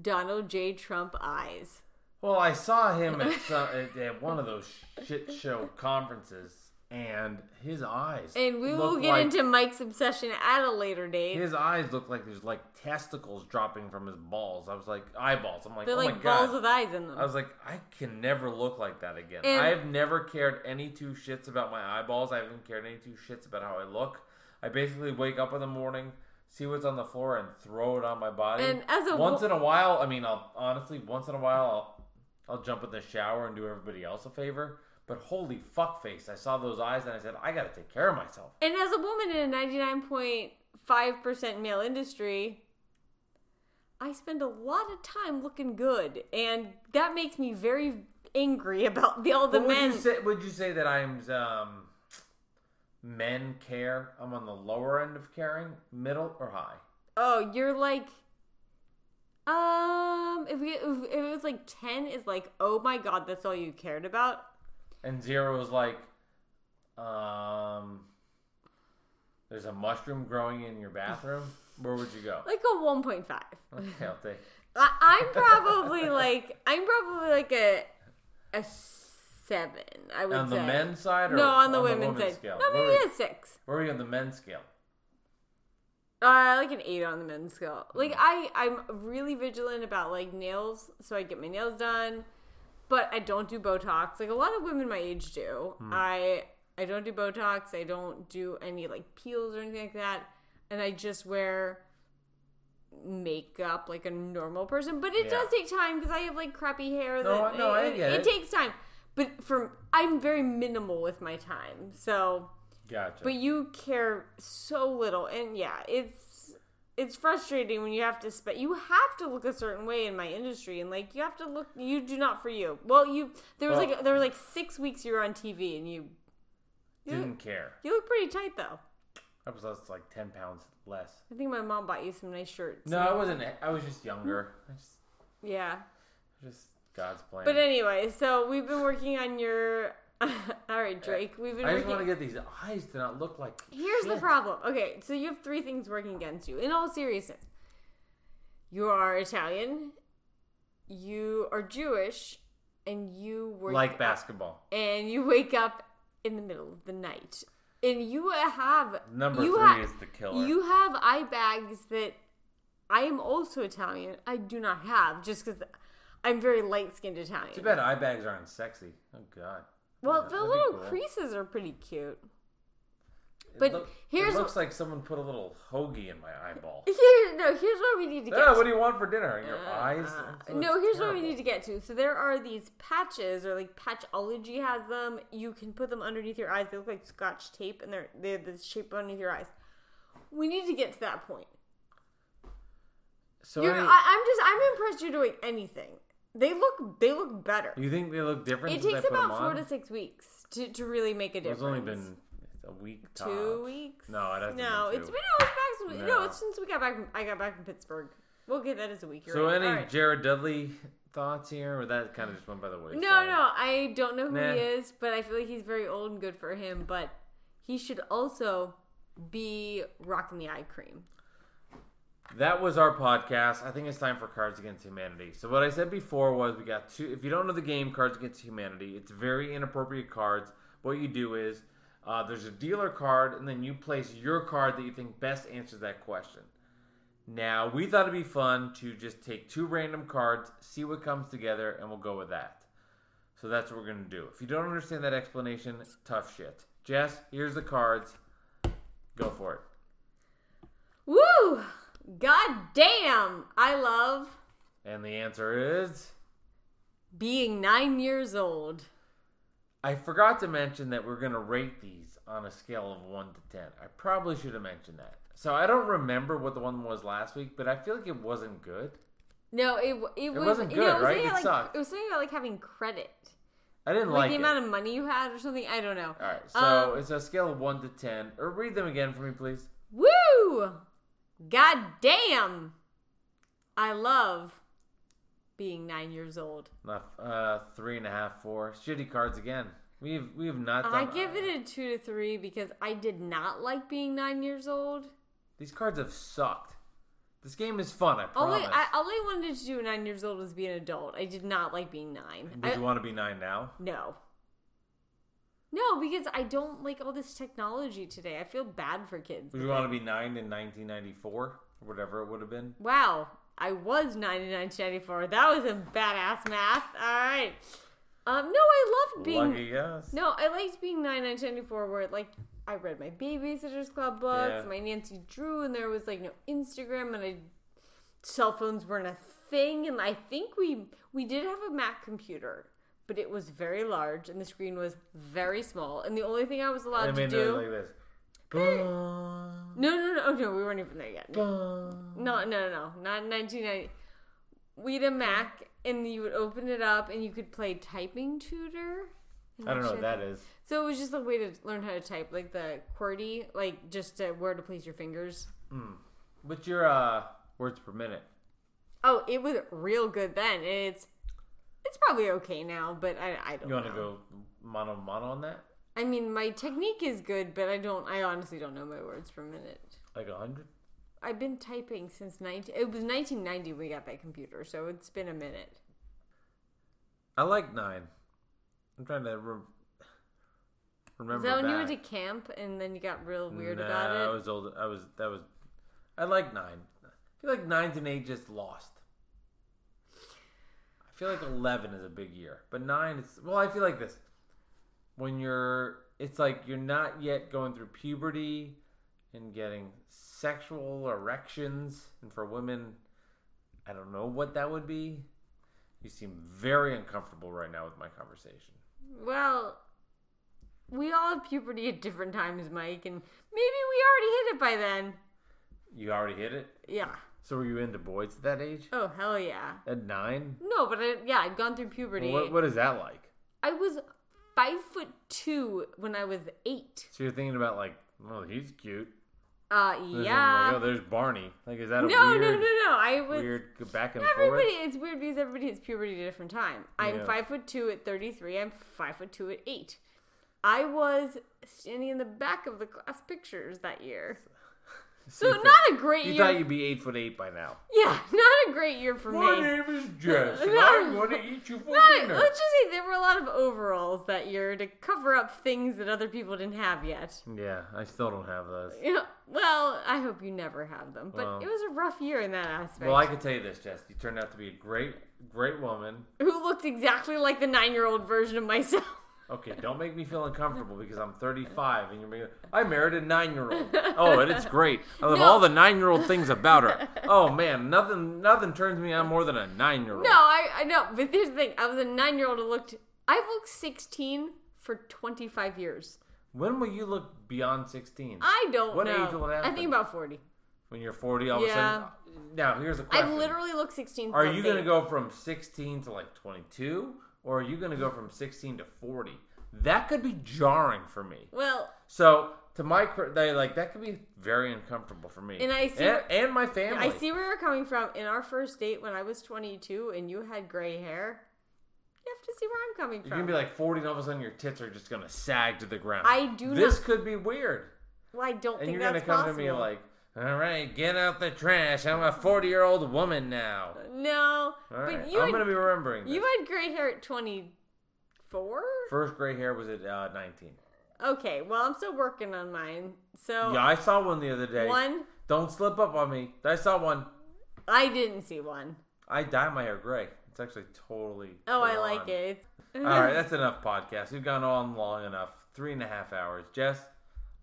[SPEAKER 2] Donald J. Trump eyes.
[SPEAKER 1] Well, I saw him at, some, at, at one of those shit show conferences, and his eyes.
[SPEAKER 2] And we will
[SPEAKER 1] look
[SPEAKER 2] get
[SPEAKER 1] like-
[SPEAKER 2] into Mike's obsession at a later date.
[SPEAKER 1] His eyes look like there's like testicles dropping from his balls. I was like eyeballs. I'm like,
[SPEAKER 2] They're
[SPEAKER 1] oh my
[SPEAKER 2] like
[SPEAKER 1] god.
[SPEAKER 2] balls with eyes in them.
[SPEAKER 1] I was like, I can never look like that again.
[SPEAKER 2] And-
[SPEAKER 1] I have never cared any two shits about my eyeballs. I haven't cared any two shits about how I look. I basically wake up in the morning, see what's on the floor, and throw it on my body.
[SPEAKER 2] And as a
[SPEAKER 1] once
[SPEAKER 2] wo-
[SPEAKER 1] in a while, I mean, I'll honestly once in a while, I'll, I'll jump in the shower and do everybody else a favor. But holy fuck face, I saw those eyes and I said, I gotta take care of myself.
[SPEAKER 2] and as a woman in a 99.5% male industry, I spend a lot of time looking good. And that makes me very angry about the, all the
[SPEAKER 1] But
[SPEAKER 2] men.
[SPEAKER 1] Would you say, would you say that I'm um, men care? I'm on the lower end of caring, middle or high?
[SPEAKER 2] oh, you're like. Um, if, we, if if it was like 10 is like, oh my god, that's all you cared about.
[SPEAKER 1] And zero is like, um, there's a mushroom growing in your bathroom. Where would you
[SPEAKER 2] *laughs*
[SPEAKER 1] go?
[SPEAKER 2] Like a 1.5.
[SPEAKER 1] Okay, I'll take.
[SPEAKER 2] I- I'm probably like I'm probably like a a seven. I would
[SPEAKER 1] On
[SPEAKER 2] say
[SPEAKER 1] the men's side, or
[SPEAKER 2] no on the
[SPEAKER 1] women's,
[SPEAKER 2] women's, side.
[SPEAKER 1] scale?
[SPEAKER 2] No,
[SPEAKER 1] where, are
[SPEAKER 2] maybe
[SPEAKER 1] we,
[SPEAKER 2] a six.
[SPEAKER 1] where are we on the men's scale?
[SPEAKER 2] Uh, like an eight on the men's scale. Like
[SPEAKER 1] Mm.
[SPEAKER 2] I I'm really vigilant about like nails, so I get my nails done, but I don't do Botox. Like a lot of women my age do.
[SPEAKER 1] Mm.
[SPEAKER 2] I I don't do Botox. I don't do any like peels or anything like that, and I just wear makeup like a normal person. But it
[SPEAKER 1] Yeah.
[SPEAKER 2] does take time because I have like crappy hair.
[SPEAKER 1] No,
[SPEAKER 2] that,
[SPEAKER 1] I- no, I
[SPEAKER 2] it,
[SPEAKER 1] get
[SPEAKER 2] it
[SPEAKER 1] it.
[SPEAKER 2] takes time. But from I'm very minimal with my time, so
[SPEAKER 1] Gotcha.
[SPEAKER 2] but you care so little, and yeah, it's it's frustrating when you have to spend. You have to look a certain way in my industry, and like you have to look. You do not for you. Well, you there was
[SPEAKER 1] Well-
[SPEAKER 2] like there were like six weeks you were on TV, and you
[SPEAKER 1] Didn't care.
[SPEAKER 2] you look pretty tight though.
[SPEAKER 1] I was lost like ten pounds less.
[SPEAKER 2] I think my mom bought you some nice shirts.
[SPEAKER 1] No, I wasn't. I was just younger. I just,
[SPEAKER 2] Yeah,
[SPEAKER 1] just God's plan.
[SPEAKER 2] Hmm. but uh, anyway, so we've been working on your. *laughs* All right, Drake. We've been
[SPEAKER 1] I just want to
[SPEAKER 2] working.
[SPEAKER 1] get these eyes to not look like.
[SPEAKER 2] Here's the
[SPEAKER 1] shit.
[SPEAKER 2] problem. Okay, so you have three things working against you. In all seriousness, you are Italian, you are Jewish, and you were
[SPEAKER 1] like basketball.
[SPEAKER 2] and you wake up in the middle of the night and you have
[SPEAKER 1] Number
[SPEAKER 2] you
[SPEAKER 1] three
[SPEAKER 2] ha-
[SPEAKER 1] is the killer.
[SPEAKER 2] you have eye bags that I am also Italian. I do not have just because I'm very light skinned Italian.
[SPEAKER 1] Too bad eye bags aren't sexy. Oh God.
[SPEAKER 2] Well,
[SPEAKER 1] Yeah,
[SPEAKER 2] the
[SPEAKER 1] that'd be
[SPEAKER 2] little
[SPEAKER 1] cool.
[SPEAKER 2] creases are pretty cute. *laughs*
[SPEAKER 1] It
[SPEAKER 2] but here's-
[SPEAKER 1] it looks like someone put a little hoagie in my
[SPEAKER 2] *laughs*
[SPEAKER 1] eyeball.
[SPEAKER 2] Here, no, here's what we need to get.
[SPEAKER 1] Ah,
[SPEAKER 2] to.
[SPEAKER 1] what do you want for dinner? Your
[SPEAKER 2] Uh,
[SPEAKER 1] eyes. That's
[SPEAKER 2] no, here's what we
[SPEAKER 1] terrible.
[SPEAKER 2] need to get to. So there are these patches, or like Patchology has them. You can put them underneath your eyes. They look like scotch tape, and they're they're the shape underneath your eyes. We need to get to that point.
[SPEAKER 1] So
[SPEAKER 2] You're,
[SPEAKER 1] any-
[SPEAKER 2] I, I'm just I'm impressed you're doing anything. They look they look better.
[SPEAKER 1] you think they look different?
[SPEAKER 2] It
[SPEAKER 1] since I
[SPEAKER 2] takes
[SPEAKER 1] put them
[SPEAKER 2] about four
[SPEAKER 1] on?
[SPEAKER 2] to six weeks to, to really make a difference.
[SPEAKER 1] It's only been a week. Tops.
[SPEAKER 2] two weeks.
[SPEAKER 1] No, it hasn't
[SPEAKER 2] No,
[SPEAKER 1] been
[SPEAKER 2] it's
[SPEAKER 1] two.
[SPEAKER 2] been no, it's back. No.
[SPEAKER 1] No.
[SPEAKER 2] no, it's since we got back. I got back from Pittsburgh. We'll get that as a week. You're
[SPEAKER 1] So
[SPEAKER 2] right.
[SPEAKER 1] any
[SPEAKER 2] All right.
[SPEAKER 1] Jared Dudley thoughts here, or that kind of just went by the wayside?
[SPEAKER 2] No, no, I don't know who
[SPEAKER 1] Nah.
[SPEAKER 2] he is, but I feel like he's very old and good for him. But he should also be rocking the eye cream.
[SPEAKER 1] That was our podcast. I think it's time for Cards Against Humanity. So what I said before was we got two. If you don't know the game Cards Against Humanity, it's very inappropriate cards. What you do is uh, there's a dealer card, and then you place your card that you think best answers that question. Now we thought it'd be fun to just take two random cards, see what comes together, and we'll go with that. So that's what we're gonna do. If you don't understand that explanation, tough shit. Jess, here's the cards. Go for it.
[SPEAKER 2] Woo! God damn! I love
[SPEAKER 1] And the answer is.
[SPEAKER 2] being nine years old.
[SPEAKER 1] I forgot to mention that we're going to rate these on a scale of 1 to 10. I probably should have mentioned that. So I don't remember what the one was last week, but I feel like it wasn't good.
[SPEAKER 2] No, it it, was,
[SPEAKER 1] wasn't
[SPEAKER 2] no,
[SPEAKER 1] good,
[SPEAKER 2] it was
[SPEAKER 1] right?
[SPEAKER 2] something
[SPEAKER 1] It
[SPEAKER 2] like,
[SPEAKER 1] sucked.
[SPEAKER 2] It was something about like having credit.
[SPEAKER 1] I didn't
[SPEAKER 2] like,
[SPEAKER 1] like,
[SPEAKER 2] the
[SPEAKER 1] it.
[SPEAKER 2] amount of money you had or something. I don't know.
[SPEAKER 1] All right, so
[SPEAKER 2] Um,
[SPEAKER 1] it's a scale of 1 to 10. Or read them again for me, please.
[SPEAKER 2] Woo! God damn! I love being nine years old.
[SPEAKER 1] Not uh, three and a half, four. Shitty cards again. We've we have not done.
[SPEAKER 2] I give it a two to three because I did not like being nine years old.
[SPEAKER 1] These cards have sucked. This game is fun. I
[SPEAKER 2] All I,
[SPEAKER 1] promise.
[SPEAKER 2] Oh, I, all I wanted to do at nine years old was be an adult. I did not like being nine.
[SPEAKER 1] Would
[SPEAKER 2] I-
[SPEAKER 1] you want to be nine now?
[SPEAKER 2] no. No, because I don't like all this technology today. I feel bad for kids.
[SPEAKER 1] Would you want to be nine in 1994 or whatever it would have been?
[SPEAKER 2] Wow, I was 99 94. That was a badass math. All right. Um, no, I loved being.
[SPEAKER 1] Lucky yes.
[SPEAKER 2] No, I liked being 99 94, where like I read my Babysitter's Club books,
[SPEAKER 1] Yeah.
[SPEAKER 2] my Nancy Drew, and there was like no Instagram, and I, cell phones weren't a thing. And I think we we did have a Mac computer. But it was very large, and the screen was very small. And the only thing I was allowed
[SPEAKER 1] I mean,
[SPEAKER 2] to
[SPEAKER 1] they're
[SPEAKER 2] do
[SPEAKER 1] like this. Bah,
[SPEAKER 2] no, no, no, oh, no, we weren't even there yet.
[SPEAKER 1] bah.
[SPEAKER 2] No, no, no, not in 1990. We had a Mac, and you would open it up, and you could play Typing Tutor.
[SPEAKER 1] I don't know what that is.
[SPEAKER 2] So it was just a way to learn how to type, like the QWERTY, like just uh where to place your fingers.
[SPEAKER 1] What's your uh, words per minute?
[SPEAKER 2] Oh, it was real good then. and It's it's probably okay now, but I, I don't
[SPEAKER 1] You want to
[SPEAKER 2] know.
[SPEAKER 1] go mono mono on that?
[SPEAKER 2] I mean, my technique is good, but I don't. I honestly don't know my words per minute.
[SPEAKER 1] Like a hundred?
[SPEAKER 2] I've been typing since 19. It was 1990 when we got that computer, so it's been a minute.
[SPEAKER 1] I like nine. I'm trying to re-
[SPEAKER 2] Is
[SPEAKER 1] remember.
[SPEAKER 2] that when you
[SPEAKER 1] back.
[SPEAKER 2] went to camp and then you got real weird
[SPEAKER 1] Nah, I
[SPEAKER 2] about it?
[SPEAKER 1] was old. I was that was. I like nine. I feel like nine's an age that's lost. I feel like eleven is a big year, but nine is well. I feel like this when you're. It's like you're not yet going through puberty and getting sexual erections, and for women, I don't know what that would be. You seem very uncomfortable right now with my conversation.
[SPEAKER 2] Well, we all have puberty at different times, Mike, and maybe we already hit it by then.
[SPEAKER 1] You already hit it.
[SPEAKER 2] Yeah.
[SPEAKER 1] So were you into boys at that age?
[SPEAKER 2] Oh, hell yeah.
[SPEAKER 1] At nine?
[SPEAKER 2] No, but I, yeah, I'd gone through puberty.
[SPEAKER 1] What, what is that like?
[SPEAKER 2] I was five foot two when I was eight.
[SPEAKER 1] So you're thinking about like, well, he's cute.
[SPEAKER 2] Uh,
[SPEAKER 1] And then,
[SPEAKER 2] yeah.
[SPEAKER 1] Like, oh, there's Barney. Like, is that a
[SPEAKER 2] no,
[SPEAKER 1] weird,
[SPEAKER 2] no, no, no. I was.
[SPEAKER 1] weird back and
[SPEAKER 2] Everybody,
[SPEAKER 1] forth?
[SPEAKER 2] it's weird because everybody hits puberty at a different time. I'm
[SPEAKER 1] Yeah.
[SPEAKER 2] five foot two at 33. I'm five foot two at eight. I was standing in the back of the class pictures that year. So not a great
[SPEAKER 1] You
[SPEAKER 2] year.
[SPEAKER 1] thought you'd be eight foot eight by now.
[SPEAKER 2] yeah, not a great year for me.
[SPEAKER 1] name is
[SPEAKER 2] *laughs*
[SPEAKER 1] Jess,
[SPEAKER 2] and I'm
[SPEAKER 1] gonna eat you for
[SPEAKER 2] Not- let's just say there were a lot of overalls that year to cover up things that other people didn't have yet.
[SPEAKER 1] Yeah, I still don't have those.
[SPEAKER 2] You know, well, I hope you never have them, but
[SPEAKER 1] Well.
[SPEAKER 2] it was a rough year in that aspect.
[SPEAKER 1] Well, I can tell you this, Jess. You turned out to be a great, great woman.
[SPEAKER 2] Who looked exactly like the nine-year-old version of myself? *laughs*
[SPEAKER 1] Okay, don't make me feel uncomfortable because I'm 35 and you're making. I married a nine-year-old. Oh, and it's great. I love
[SPEAKER 2] No.
[SPEAKER 1] all the nine-year-old things about her. Oh man, nothing, nothing turns me on more than a nine-year-old.
[SPEAKER 2] No, I, I know, but here's the thing: I was a nine-year-old who looked. I've looked sixteen for twenty-five years.
[SPEAKER 1] When will you look beyond 16?
[SPEAKER 2] I don't
[SPEAKER 1] What
[SPEAKER 2] know.
[SPEAKER 1] age will it
[SPEAKER 2] I
[SPEAKER 1] happen?
[SPEAKER 2] think about forty.
[SPEAKER 1] When you're 40, all of
[SPEAKER 2] Yeah.
[SPEAKER 1] a sudden. Now here's a question.
[SPEAKER 2] I've literally looked sixteen.
[SPEAKER 1] Are you going to
[SPEAKER 2] something.
[SPEAKER 1] go from 16 to like 22, or are you going to go from 16 to 40? That could be jarring for me.
[SPEAKER 2] Well,
[SPEAKER 1] So to my cr- they like that could be very uncomfortable for me
[SPEAKER 2] And I see-
[SPEAKER 1] and, and my family.
[SPEAKER 2] I see where you're coming from. In our first date, when I was 22 and you had gray hair, you have to see where I'm coming
[SPEAKER 1] You're
[SPEAKER 2] from.
[SPEAKER 1] gonna be like 40, and all of a sudden your tits are just gonna sag to the ground.
[SPEAKER 2] I do
[SPEAKER 1] This
[SPEAKER 2] not-
[SPEAKER 1] could be weird,
[SPEAKER 2] well, I don't
[SPEAKER 1] and
[SPEAKER 2] think
[SPEAKER 1] you're gonna
[SPEAKER 2] that's
[SPEAKER 1] come
[SPEAKER 2] possible.
[SPEAKER 1] to me like, "All right, get out the trash. I'm a 40 year old woman now.
[SPEAKER 2] no,
[SPEAKER 1] All right,
[SPEAKER 2] but you
[SPEAKER 1] I'm
[SPEAKER 2] had,
[SPEAKER 1] gonna be remembering. This.
[SPEAKER 2] you had gray hair at 24.
[SPEAKER 1] First gray hair was at uh, 19.
[SPEAKER 2] Okay, well, I'm still working on mine. So
[SPEAKER 1] Yeah, I saw one the other day.
[SPEAKER 2] Oh. one,
[SPEAKER 1] Don't slip up on me. I saw one.
[SPEAKER 2] I didn't see one.
[SPEAKER 1] I dye my hair gray. It's actually totally.
[SPEAKER 2] Oh, I
[SPEAKER 1] full
[SPEAKER 2] like
[SPEAKER 1] on.
[SPEAKER 2] it. It's-
[SPEAKER 1] All
[SPEAKER 2] *laughs*
[SPEAKER 1] right, that's enough podcast. We've gone on long enough. Three and a half hours. Jess,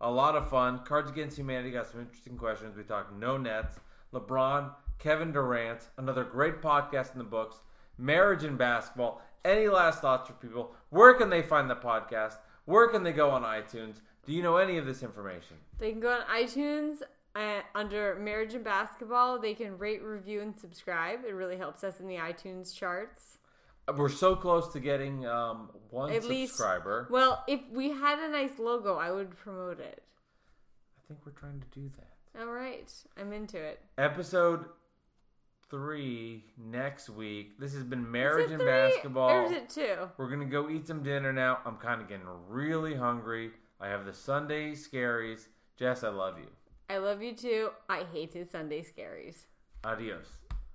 [SPEAKER 1] a lot of fun. Cards Against Humanity got some interesting questions. We talked no nets, LeBron, Kevin Durant, another great podcast in the books, marriage and basketball. Any last thoughts for people? Where can they find the podcast? Where can they go on iTunes? Do you know any of this information?
[SPEAKER 2] They can go on iTunes uh, under Marriage and Basketball. They can rate, review, and subscribe. It really helps us in the iTunes charts.
[SPEAKER 1] We're so close to getting um, one
[SPEAKER 2] At least-
[SPEAKER 1] subscriber.
[SPEAKER 2] Well, if we had a nice logo, I would promote it.
[SPEAKER 1] I think we're trying to do that.
[SPEAKER 2] All right, I'm into it.
[SPEAKER 1] episode three next week. This has been
[SPEAKER 2] Is
[SPEAKER 1] marriage
[SPEAKER 2] it
[SPEAKER 1] and
[SPEAKER 2] three, Or
[SPEAKER 1] basketball.
[SPEAKER 2] is it two?
[SPEAKER 1] We're gonna go eat some dinner now. I'm kind of getting really hungry. I have the Sunday scaries. Jess, I love you.
[SPEAKER 2] I love you too. I hated Sunday scaries.
[SPEAKER 1] Adios.